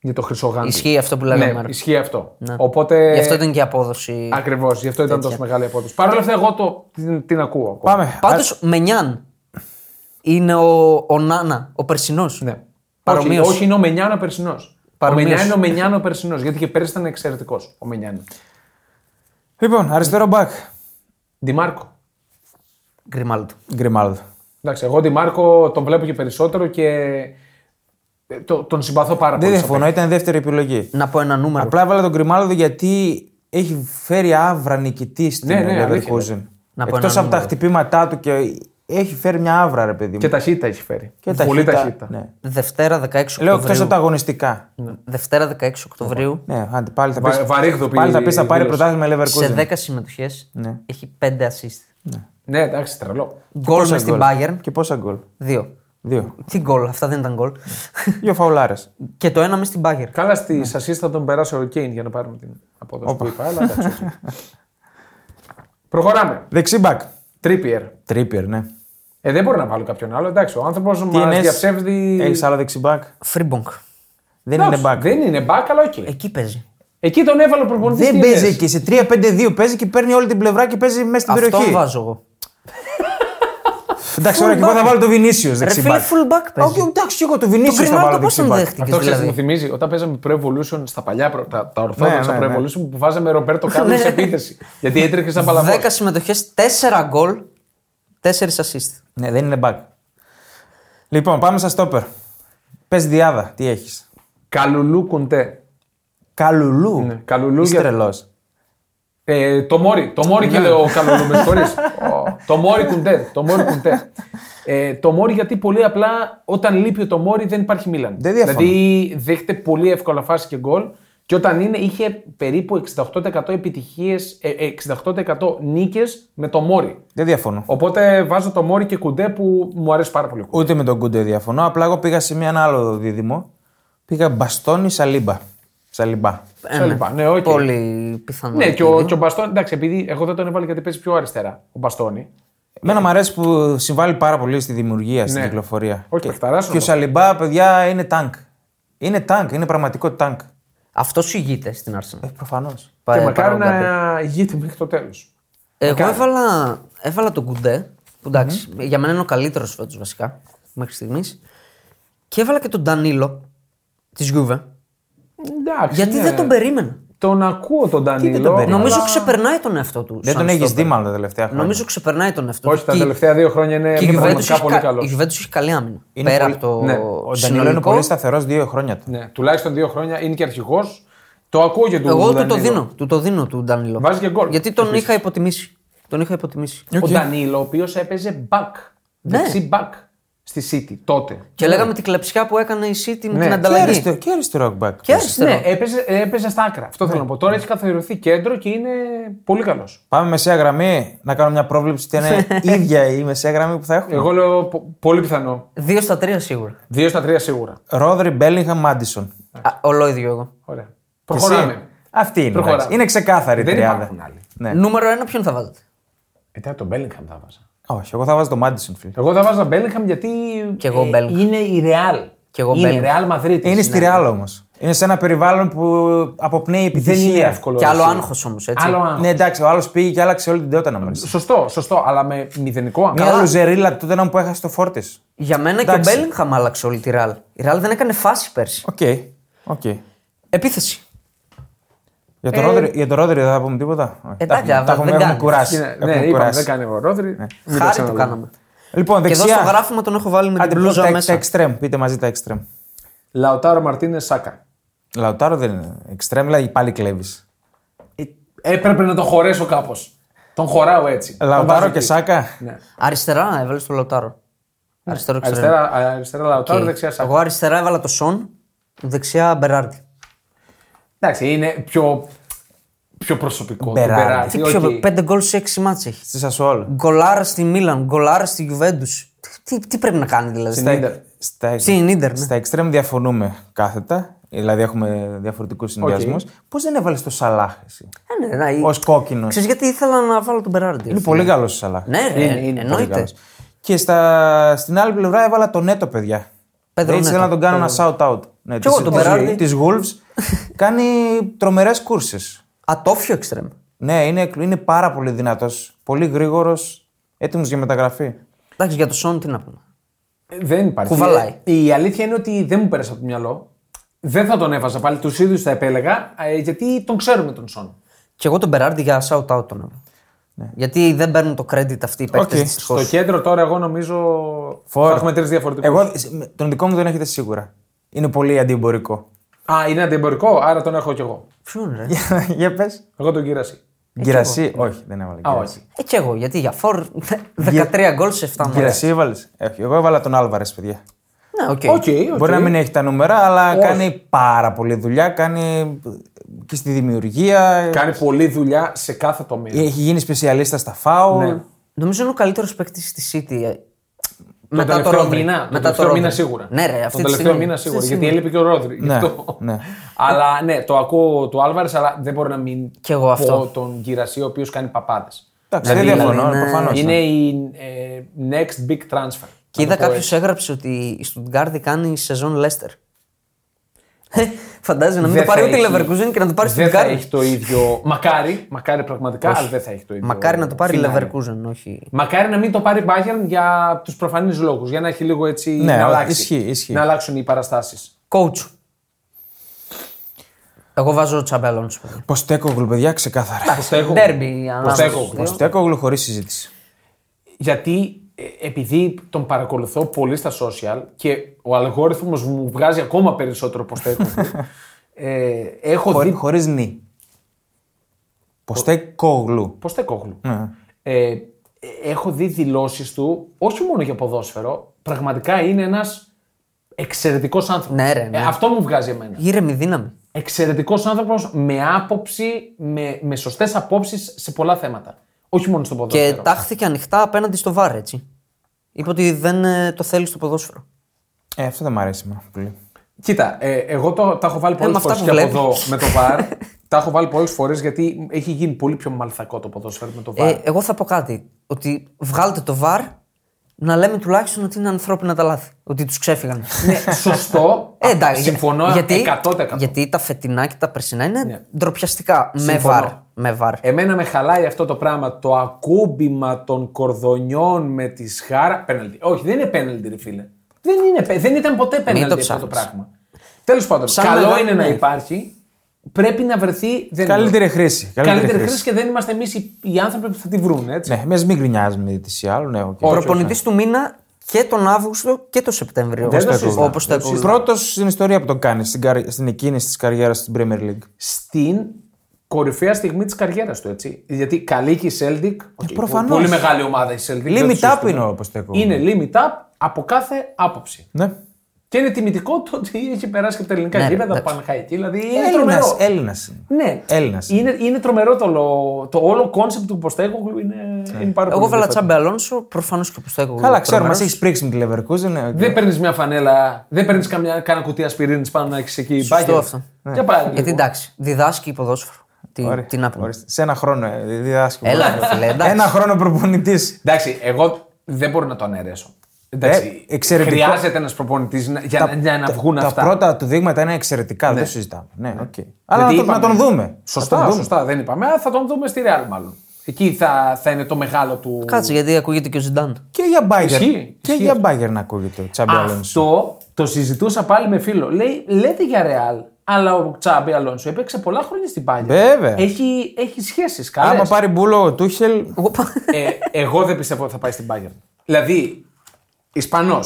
για το Χρυσογάντι.
Ισχύει αυτό που
ναι,
λέγαμε. ρε.
ισχύει αυτό. Οπότε.
Γι' αυτό ήταν και η απόδοση.
Ακριβώς, γι' αυτό ήταν τόσο μεγάλη απόδοση. Παρ' όλα αυτά, εγώ το, την, την ακούω ακόμα.
Πάμε.
Πάντως, Μενιάν είναι ο, ο Νάνα, ο περσινός.
Ναι.
Παρομοίως.
Όχι, όχι, είναι ο Μενιάνο περσινός. Ο
Παρομοίως.
Μενιάνο είναι ο Μενιάνο περσινός, γιατί και πέρυσι ήταν εξαιρετικός ο Μενιάνο.
Λοιπόν, αριστερό μπακ.
Ντιμάρκο.
Γκριμάλτο.
Γκριμάλδο.
Εντάξει, εγώ τον Μάρκο τον βλέπω και περισσότερο και ε, το, τον συμπαθώ πάρα
Δεν
πολύ.
διαφωνώ, ήταν δεύτερη επιλογή.
Να πω ένα
Ναι.
νούμερο.
Απλά έβαλα τον Γκριμάλδο γιατί έχει φέρει άβρα νικητή στην
Ναι, ναι, αλήθεια.
Leverkusen.
Να πω ένα
Εκτό από τα
νούμερο.
χτυπήματά του και έχει φέρει μια άβρα, ρε παιδί μου.
Και ταχύτητα έχει φέρει.
Και
πολύ ταχύτητα.
Ναι.
Δευτέρα 16
Λέω εκτός
Οκτωβρίου.
από τα αγωνιστικά.
Δευτέρα 16 Οκτωβρίου
Ναι, άντε, πάλι θα
Βα-
πεις,
βαρύγδουπη
πάλι θα, πεις, θα πάρει
δήλωση.
πρωτάθλημα η Leverkusen.
σε 10 συμμετοχές
Ναι.
έχει 5 assist.
Ναι, εντάξει, τρελό.
Γκολ
Πόσα
μες στην
γκολ.
Bayern.
Και πόσα γκολ.
Δύο.
Δύο.
Τι γκολ, αυτά δεν ήταν γκολ.
Δύο φαουλάρες.
και το ένα μες στην Bayern.
Καλά
Ναι.
στη σα θα τον περάσει ο Κέιν για να πάρουμε την απόδοση που είπα, αλλά εντάξει. όχι. Προχωράμε.
Δεξί μπακ.
Τρίπιερ.
Τρίπιερ, ναι.
Ε, δεν μπορώ να βάλω κάποιον άλλο. Εντάξει, ο άνθρωπος μα
εννοείς?
διαψεύδει.
Έχεις άλλο δεξί μπακ.
Φρίμπονγκ.
Δεν
Εντάξει,
είναι μπακ.
Δεν είναι μπακ, αλλά οκ.
Εκεί παίζει.
Εκεί τον έβαλε ο προπονητής.
Δεν παίζει εκεί. Σε 3-5-2 παίζει και παίρνει όλη την πλευρά και παίζει μέσα στην
Αυτό
περιοχή.
βάζω εγώ.
Εντάξει, τώρα και εγώ θα βάλω το Βινίσιο
Ρε
δεξί
φίλε,
μπακ.
fullback
Α,
παίζει.
οκ, εντάξει, και εγώ το
Το
Βινίσιο θα βάλω
Γκριμάλτο πώ
δεξί
τον
μπακ.
δέχτηκε
Αυτό ξέρει, μου
δηλαδή.
θυμίζει όταν παίζαμε Pro Evolution στα παλιά, προ- τα, τα ορθόδοξα
Ναι, ναι,
Pro
ναι.
Evolution που βάζαμε Ρομπέρτο Κάρλο σε επίθεση. γιατί έτρεχε σαν παλαβό.
10 συμμετοχέ, 4 γκολ, 4 assist.
Ναι, δεν είναι μπακ. Λοιπόν, πάμε στα στόπερ. Πες διάδα, τι έχεις.
Καλουλού Κουντέ.
Καλουλού.
Ναι, Καλουλού
Είσαι
για-
τρελός.
Ε, το Μόρι, το Μόρι
Ναι.
και λέω Καλουλού, με συγχωρείς. το Μόρι Κουντέ. Το Μόρι Κουντέ. Ε, το Μόρι γιατί πολύ απλά όταν λείπει το Μόρι δεν υπάρχει Μίλαν.
Δεν διαφωνώ.
δηλαδή δέχεται πολύ εύκολα φάση και γκολ και όταν είναι είχε περίπου 68% επιτυχίες, ε, ε, 68% νίκες με το Μόρι.
Δεν διαφωνώ.
Οπότε βάζω το Μόρι και Κουντέ που μου αρέσει πάρα πολύ.
Ούτε με τον Κούντε διαφωνώ. Απλά εγώ πήγα σε μια- ένα άλλο δίδυμο. Πήγα μπαστόνι σαλίμπα. Σαλιμπά.
Τα
Ε, ναι.
λοιπόν,
λοιπά. Ναι, οκ.
Πολύ πιθανό.
Ναι,
να
και
γίνει.
ο, και ο Μπαστόνι, εντάξει, επειδή εγώ δεν τον έβαλα γιατί παίζει πιο αριστερά ο Μπαστόνι.
Εμένα μου αρέσει που συμβάλλει πάρα πολύ στη δημιουργία, στην
Ναι.
κυκλοφορία.
Όχι,
και,
παιχταράς
και ο
όμως.
Σαλιμπά, παιδιά, είναι τάγκ. Είναι τάγκ, είναι πραγματικό τάγκ.
Αυτός ηγείται στην Arsenal.
Ε, προφανώς.
Πα-
και μακάρι
παρόγκατε.
να ηγείται μέχρι το τέλος.
Ε, Εγώ έβαλα, έβαλα τον Κουντέ, που εντάξει, για μένα είναι ο καλύτερος φέτος βασικά μέχρι στιγμής. Και έβαλα και τον Ντανίλο της Γιούβε.
Εντάξει.
Γιατί
ναι.
δεν τον περίμενα.
Τον ακούω τον Ντανίλο.
περίμενα.
αλλά-
Νομίζω ξεπερνάει τον εαυτό του.
Δεν
σαν
τον έχει
στόπερ.
δει μάλλον τα τελευταία χρόνια.
Νομίζω ξεπερνάει τον εαυτό του.
Όχι, τα
Και η-
τελευταία δύο χρόνια είναι
Και η Juventus
πραγματικά
έχει,
πολύ
κα-
καλός.
η Juventus έχει καλή άμυνα.
Είναι
Πέρα
πολύ-
από το
ναι,
Ο Ντανίλο είναι
συνολικό,
πολύ σταθερός δύο χρόνια του.
Ναι, τουλάχιστον δύο χρόνια είναι και αρχηγός. Το ακούω και του
εγώ του το
Ντανίλο.
δίνω. Του το δίνω του Ντανίλο.
δηλαδή Βάζει και γκολ.
Γιατί τον
Επίσης. Ναι,
είχα υποτιμήσει. Τον είχα υποτιμήσει.
Ο Ντανίλο, ο οποίος έπαιζε back.
Ναι.
Δεξί back στη City τότε.
Και λέγαμε την κλαψιά που έκανε η City με
Ναι.
την
Και
Και
ανταλλαγή.
αριστερό, και αριστερό back.
Και αριστερό. Ναι.
Ναι, έπαιζε, έπαιζε στα άκρα. Αυτό θέλω να πω. Τώρα έχει καθοριωθεί κέντρο και είναι πολύ καλός.
Πάμε μεσαία γραμμή να κάνω μια πρόβλεψη. Τι είναι ίδια η μεσαία γραμμή που θα έχουμε.
Εγώ λέω πο- πολύ πιθανό.
Δύο στα τρία σίγουρα.
Δύο στα τρία σίγουρα.
Ρόδρυ, Μπέλιγχαμ, Μάντισον.
Α, Ολόιδιο εγώ.
Ωραία. Προχωράμε.
Εσύ. Αυτή είναι.
Προχωράμε.
εντάξει. Είναι ξεκάθαρη η
Δεν
τριάδα.
υπάρχουν άλλοι.
Ναι.
Νούμερο ένα ποιον θα βάζετε.
Μετά Ε, τον Bellingham θα βάζα.
Όχι, εγώ θα βάζω το Μάντισον, φίλε.
Εγώ θα βάζα Bellingham γιατί
Κι εγώ
ε,
Bellingham.
είναι η Real.
Κι εγώ
είναι
Bellingham.
η Real Madrid.
Είναι στη Ρεάλ όμως. Είναι σε ένα περιβάλλον που αποπνέει επιτυχία.
Δεν είναι εύκολο.
Και άλλο
ρε,
άγχος όμως, έτσι.
Άλλο άγχος.
Ναι, εντάξει, ο άλλος πήγε και άλλαξε όλη την τότε να μου αρέσει.
Σωστό, σωστό, αλλά με μηδενικό άγχος.
Μια λουζερίλα τότε να μου που έχασε το φόρτι.
Για μένα
Εντάξει.
και ο Μπέλιγχαμ άλλαξε όλη τη ραλ. Η ραλ δεν έκανε φάση πέρσι.
Οκ. οκ.
Επίθεση.
Για τον Ρόδρυ- Για τον Ρόδρυ δεν θα πούμε τίποτα. Όχι.
Ε, Εντάξει,
Τα έχουμε-
αλλά
τα έχουμε
δεν
έχουμε
κάνει.
κουράσει.
Είναι-
Έχουμε
Ναι, είπαμε,
κουράσει. Ναι.
δεν κάνει ο Ρόδρυ. Μην το
Χάρη το
ξαναλέμε.
κάναμε.
Λοιπόν,
Και εδώ στο
δεξιά.
γράφημα τον έχω βάλει με
Άντε,
την
πλούζα
μπλούζα
τα, τα
μέσα.
extreme. Πείτε μαζί τα extreme.
Λαοτάρο Μαρτίνες Σάκα.
Λαουτάρο δεν είναι. Extreme, δηλαδή πάλι κλέβεις.
Ε, Έπρεπε να τον χωρέσω κάπως. Τον χωράω έτσι. Τον βάζω
Λαουτάρο
εκεί. Ναι.
και Σάκα.
Αριστερά έβαλες το Λαουτάρο. Αριστερό εξτρέμ.
Αριστερά, αριστερά Λαοτάρο,
Οκ.
δεξιά Σάκα.
Εγώ αριστερά έβαλα το Σον, δεξιά Μπεράρντι.
Εντάξει, είναι πιο πιο προσωπικό.
Μπεράρι.
Τι
Μπεράρι.
πιο-
οκ.
Πέντε γκολ σε έξι μάτσε έχει.
Στη Σασουόλ.
Γκολάρα στη Μίλαν, γκολάρα στη Γιουβέντους. Τι, τι πρέπει να κάνει δηλαδή.
Στην
στα-
Ίντερ.
Στα,
Στην Ίντερ, ναι.
στα εξτρέμ διαφωνούμε κάθετα. Δηλαδή έχουμε διαφορετικούς συνδυασμούς. Πώς δεν έβαλες το Σαλάχ εσύ.
Ε, ναι, ναι,
Ως κόκκινος.
Ξέρεις γιατί ήθελα να βάλω τον Μπεράρντι.
Είναι πολύ καλός ο Σαλάχ.
Ναι, ρε,
Είναι, είναι
Πολύ
εννοείται.
καλός. Και στα, στην άλλη πλευρά έβαλα τον Νέτο, παιδιά.
Πέδρο
Έτσι θέλω
Νέτο.
να τον κάνω ένα shout-out. Ναι,
εγώ τον Μπεράρντι.
Της Wolves. Κάνει τρομερές κούρσες.
Ατόφιο εξτρεμ.
Ναι, είναι, είναι πάρα πολύ δυνατός. Πολύ γρήγορος. Έτοιμος για μεταγραφή.
Εντάξει, για το Σον τι να πούμε.
Ε, Δεν υπάρχει.
Κουβαλάει.
Η η αλήθεια είναι ότι δεν μου πέρασε από το μυαλό. Δεν θα τον έβαζα πάλι, τους ίδιους θα επέλεγα, ε, γιατί τον ξέρουμε τον Σον.
Και εγώ τον Μπεράρντι για shout-out τον έβαλα. Γιατί δεν παίρνουν το credit αυτοί οι παίκτες
Οκ,
δυστυχώς.
Ναι. Στο κέντρο τώρα, εγώ νομίζω.
Φορ.
Θα έχουμε τρεις διαφορετικούς.
Εγώ, τον δικό μου τον έχετε σίγουρα. Είναι πολύ αντιεμπορικό.
Α, είναι αντιεμπορικό, άρα τον έχω κι εγώ.
Ποιο είναι, ρε.
για πες.
Εγώ τον κύραση.
Γκυρασί, όχι, δεν έβαλα.
Ε, Α,
Γκυρασί.
όχι.
Ε, και εγώ, γιατί για φόρ 13 γκολ σε 7 μάτς.
Γκυρασί έβαλες. Εγώ έβαλα τον Άλβαρες, παιδιά.
Ναι,
Οκ,
οκ.
οκ.
Μπορεί να μην έχει τα νούμερα, αλλά
Όχι.
κάνει πάρα πολύ δουλειά. Κάνει και στη δημιουργία.
Κάνει πολλή δουλειά σε κάθε τομέα.
Έχει γίνει σπεσιαλίστας στα φάου.
Ναι.
Νομίζω είναι ο καλύτερος παίκτης στη City. ε,
τελευταίο
Ρόδρυ.
μήνα. Τον τελευταίο
Ρόδρυ.
μήνα σίγουρα.
Ναι, ρε, αυτή
τον
τη
τελευταίο
στιγμή.
μήνα σίγουρα.
Αυτή τη
Γιατί
στιγμή.
έλειπε και ο Ρόδρυ. γι'
Ναι,
αυτό.
ναι.
αλλά ναι, το ακούω του Άλβαρες, αλλά δεν μπορεί να μην
Κι εγώ αυτό.
τον κύραση, ο οποίος κάνει παπάδες.
Εντάξει, δεν
Δηλαδή,
διαφωνώ,
είναι-
προφανώ.
Είναι η ε, next big transfer.
Και
να
είδα
το πω
κάποιος έγραψε ότι η Στουτγκάρδη κάνει σεζόν Λέστερ. Φαντάζεσαι να μην
Δεν
το πάρει
θα
ούτε η
έχει-
Leverkusen και να το πάρει η
Δεν θα
Στουτγκάρδη.
έχει το ίδιο. Μακάρι, μακάρι πραγματικά, αλλά δεν θα έχει το ίδιο.
Μακάρι να το πάρει η
φινάλε.
Leverkusen, όχι.
Μακάρι να μην το πάρει η Bayern για τους προφανείς λόγους. Για να έχει λίγο έτσι.
Ναι,
να, αλλάξει,
ισχύει, ισχύει.
να αλλάξουν οι παραστάσεις.
Coach. Εγώ βάζω τσαμπέλον σου.
Ποστέκογλου, παιδιά, ξεκάθαρα.
Ποστέκογλου.
Ντέρμπι ανάμεσα
Ποστέκογλου.
στους δύο.
Ποστέκογλου χωρίς συζήτηση.
γιατί ε, επειδή τον παρακολουθώ πολύ στα social και ο αλγόριθμος μου βγάζει ακόμα περισσότερο πως το έχω δει, ε, έχω δει
Χωρίς νη. Ποστέκογλου. Ναι.
πως το έχω δει. ε, ε, έχω δει δηλώσεις του, όχι μόνο για ποδόσφαιρο, πραγματικά είναι ένας εξαιρετικός άνθρωπος.
Ναι, ρε, ναι.
Ε, αυτό μου βγάζει εμένα.
Ήρεμη δύναμη.
Εξαιρετικός άνθρωπος με άποψη, με, με σωστές απόψεις σε πολλά θέματα. Όχι μόνο στο ποδόσφαιρο.
Και τάχθηκε ανοιχτά απέναντι στο βάρ, έτσι. Είπε ότι δεν ε, το θέλει στο ποδόσφαιρο.
Ε, αυτό δεν μου αρέσει εμένα πολύ.
Κοίτα, ε, εγώ το, τα έχω βάλει
Ε, με
πολλέ
αυτά
φορές
που
και από
βλέπεις.
εδώ με το VAR. τα έχω βάλει πολλές φορές γιατί έχει γίνει πολύ πιο μαλθακό το ποδόσφαιρο με το VAR.
Ε, εγώ θα πω κάτι. Ότι βγάλτε το βαρ να λέμε τουλάχιστον ότι είναι ανθρώπινα τα λάθη. Ότι τους ξέφυγαν.
ναι, σωστό.
Ε, εντάξει,
συμφωνώ
γιατί,
100%.
γιατί τα φετινά και τα περσινά είναι ντροπιαστικά. Με
Συμφωνώ.
βαρ. Με βαρ.
Εμένα με χαλάει αυτό το πράγμα. Το ακούμπημα των κορδονιών με τη σχάρα. Πέναλτι. Όχι, δεν είναι πέναλτι, ρε φίλε. Δεν, είναι, πέ- δεν ήταν ποτέ
το
πέναλτι αυτό το
ψάχνεις.
πράγμα. Τέλος πάντων,
Σαν
καλό
μεγάλο,
είναι
ναι.
να υπάρχει. Πρέπει να βρεθεί. Δεν είναι.
Καλύτερη χρήση.
Καλύτερη χρήση και δεν είμαστε εμείς οι, οι άνθρωποι που θα τη βρουν. Έτσι.
Ναι, εμείς μην γκρινιάζουμε τη σε άλλου. Ναι, οκ.
Προπονητή του μήνα και τον Αύγουστο και τον Σεπτέμβριο.
Δεν το
όπως-
συζητάω.
όπως το
Ο
έκοβε.
ναι. πρώτος στην ιστορία που το κάνει στην, καρι- στην εκείνη της καριέρας στην Premier League.
στην κορυφαία στιγμή της καριέρας του. Έτσι. Γιατί καλή και η Celtic. οκ,
Ε, προφανώς.
Πολύ μεγάλη ομάδα η Celtic. δεν
Limit
τη συζητούμε.
up είναι ο Ποστέκογλου.
Είναι limit up από κάθε άποψη.
Ναι.
Και είναι τιμητικό το ότι έχει περάσει και από τα ελληνικά
Ναι,
γήπεδα,
εντάξει.
από Παναχαϊκή. Δηλαδή είναι
Έλληνας,
τρομερό.
Έλληνας είναι.
Ναι,
Έλληνας.
Είναι, είναι τρομερό το, όλο- το όλο κόνσεπτ του Ποστέκογλου. Είναι,
Ναι.
είναι πάρα
Εγώ
πολύ
βάλα
ενδιαφέρον.
τσάμπε Αλόνσο, προφανώς και όπω το έκοβε.
Καλά, ξέρω, μα
Τρομερός.
έχεις πρίξει με τη Leverkusen. ναι, οκ.
Δεν παίρνεις μια φανέλα, δεν παίρνεις κανένα κουτί ασπιρίνης πάνω να έχεις εκεί. μπάγκερ.
αυτό.
Ναι.
Για λοιπόν, πάρε
Γιατί
λίγο.
εντάξει, διδάσκει ποδόσφαιρο. Τι,
Ωραία,
τι να πούμε.
ορίστε. Σε ένα χρόνο ε, διδάσκουμε.
Έλα, ρε φίλε, εντάξει.
Ένα χρόνο προπονητής.
Εντάξει, εγώ δεν μπορώ να το αναιρέσω. Εντάξει,
Ε, εξαιρετικό.
Χρειάζεται ένας προπονητής για, να- για να βγουν
τα
αυτά.
πρώτα του δείγματα είναι εξαιρετικά, δεν το συζητάμε. Ναι, οκ. Αλλά να,
Γιατί
τον- να τον
είπαμε-
δούμε. Να
Σωστά,
τον δούμε.
σωστά, δεν είπαμε. αλλά Θα τον δούμε στη Real μάλλον. Εκεί θα, θα είναι το μεγάλο του.
Κάτσε γιατί ακούγεται και ο Ζιντάν.
Και για Μπάγκερ.
Ισχύει,
Και
ισχύει
για
αυτό.
Μπάγκερ να ακούγεται ο Τσάμπι Αλόνσο.
Αυτό το συζητούσα πάλι με φίλο. Λέει, λέτε για Real, αλλά ο Τσάμπι Αλόνσο έπαιξε πολλά χρόνια στην Πάγια.
Βέβαια.
Έχει, έχει σχέσεις.
Άμα πάρει μπουλό ο Τούχελ.
ε, εγώ δεν πιστεύω ότι θα πάει στην Bayern. Δηλαδή, Ισπανός,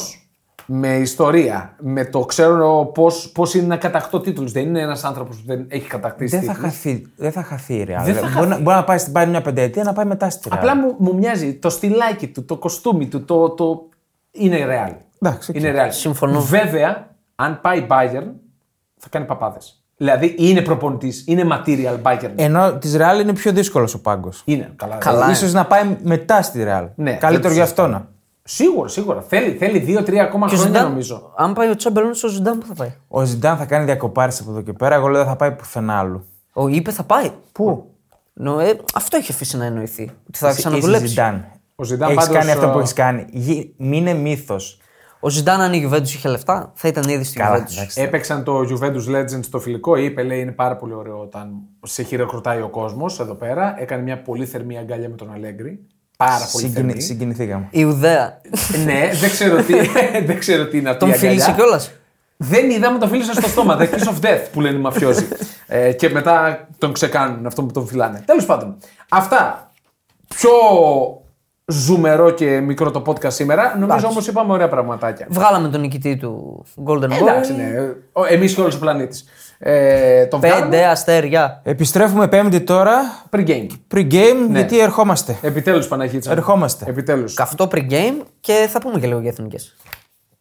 με ιστορία, με το ξέρω πώς πώς είναι να κατακτώ τίτλους. Δεν είναι ένας άνθρωπος που δεν έχει κατακτήσει
Δεν θα
τίτλους.
χαθεί, δεν θα χαθεί η Real.
Δεν θα
Μπορεί, να, μπορεί να πάει στην Bayern μια πενταετία να πάει μετά στη Real.
Απλά μου, μου μοιάζει το στυλάκι του, το κοστούμι του, το. το... Είναι ρεάλ.
Εντάξει, οκ.
Είναι ρεάλ.
Συμφωνώ.
Βέβαια, αν πάει η Bayern, θα κάνει παπάδες. Δηλαδή είναι προπονητής, είναι material biker.
Ενώ της Ρεάλ είναι πιο δύσκολος ο πάγκος.
Είναι καλά.
Καλά.
σω να πάει μετά στη Ρεάλ.
Ναι,
Καλύτερο
δεν
για αυτό να.
Σίγουρα, σίγουρα. Θέλει, θέλει δύο-τρία ακόμα
Και ο
χρόνια
Ζιντάν,
νομίζω.
Αν πάει ο Τσάμπελον στο Ζουντάν, πού θα πάει.
Ο Ζιντάν θα κάνει διακοπάρε από εδώ και πέρα. Εγώ λέω δεν θα πάει πουθενά άλλου.
Ο είπε θα πάει.
Πού?
Νο, ε, αυτό έχει αφήσει να εννοηθεί. Ότι θα
Είσαι
ξαναδουλέψει.
Ζιντάν.
Ο Ζιντάν
Έχεις
πάντως,
κάνει αυτό που
ε,
έχεις κάνει. Γι- Μην είναι μύθος.
Ο Ζιντάν, αν η Γιουβέντους είχε λεφτά, θα ήταν ήδη
ε,
στη
Καλά.
Γιουβέντους.
εντάξει.
Έπαιξαν το Juventus Legends στο φιλικό. Είπε, λέει, είναι πάρα πολύ ωραίο όταν σε χειροκροτάει ο κόσμος εδώ πέρα. Έκανε μια πολύ θερμή αγκάλια με τον Αλέγκρι. Πάρα πολύ
Συγκινη-
θερμή.
Συγκινηθήκαμε.
Η Ουδέα.
ναι, δεν ξέρω τι, δεν ξέρω τι είναι αυτή η
Τον
αγκαλιά.
φίλησε κιόλας.
Δεν είδα, μου τον φίλησαν στο στόμα. The kiss of death που λένε οι μαφιόζοι. ε, και μετά τον ξεκάνουν αυτό που τον φυλάνε. Τέλος πάντων. Αυτά. Πιο ζουμερό και μικρό το podcast σήμερα. Νομίζω όμως είπαμε ωραία πραγματάκια.
Βγάλαμε τον νικητή του Golden Boy.
Εντάξει, ναι. Εμείς και όλος ο πλανήτης. Ε, τον
Πέντε αστέρια.
Επιστρέφουμε πέμπτη τώρα.
Pre-game.
Pre-game,
Ναι.
γιατί ερχόμαστε.
Επιτέλους Παναγίτσα. μου.
Ερχόμαστε.
Επιτέλους.
Καυτό pre-game και θα πούμε και λίγο για εθνικές.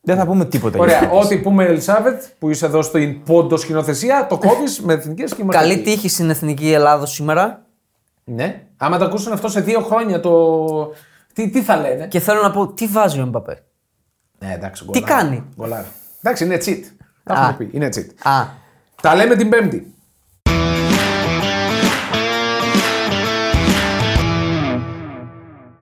Δεν θα πούμε τίποτα.
Ωραία.
γιατί.
Ό,τι πούμε, Ελισάβετ, που είσαι εδώ στην πόντο σκηνοθεσία, το κόβεις με εθνικές και είμαστε
Καλή
εκεί.
τύχη στην εθνική Ελλάδο σήμερα.
Ναι. Άμα τα ακούσουν αυτό σε δύο χρόνια, το. Τι, τι θα λένε.
Και θέλω να πω, τι βάζει ο Μπαπέ.
Ναι, εντάξει,
Τι
γκολάρι.
κάνει?
Γκολάρι. Εντάξει, είναι cheat. Τα έχουμε πει. Είναι cheat.
Α,
Τα λέμε την Πέμπτη.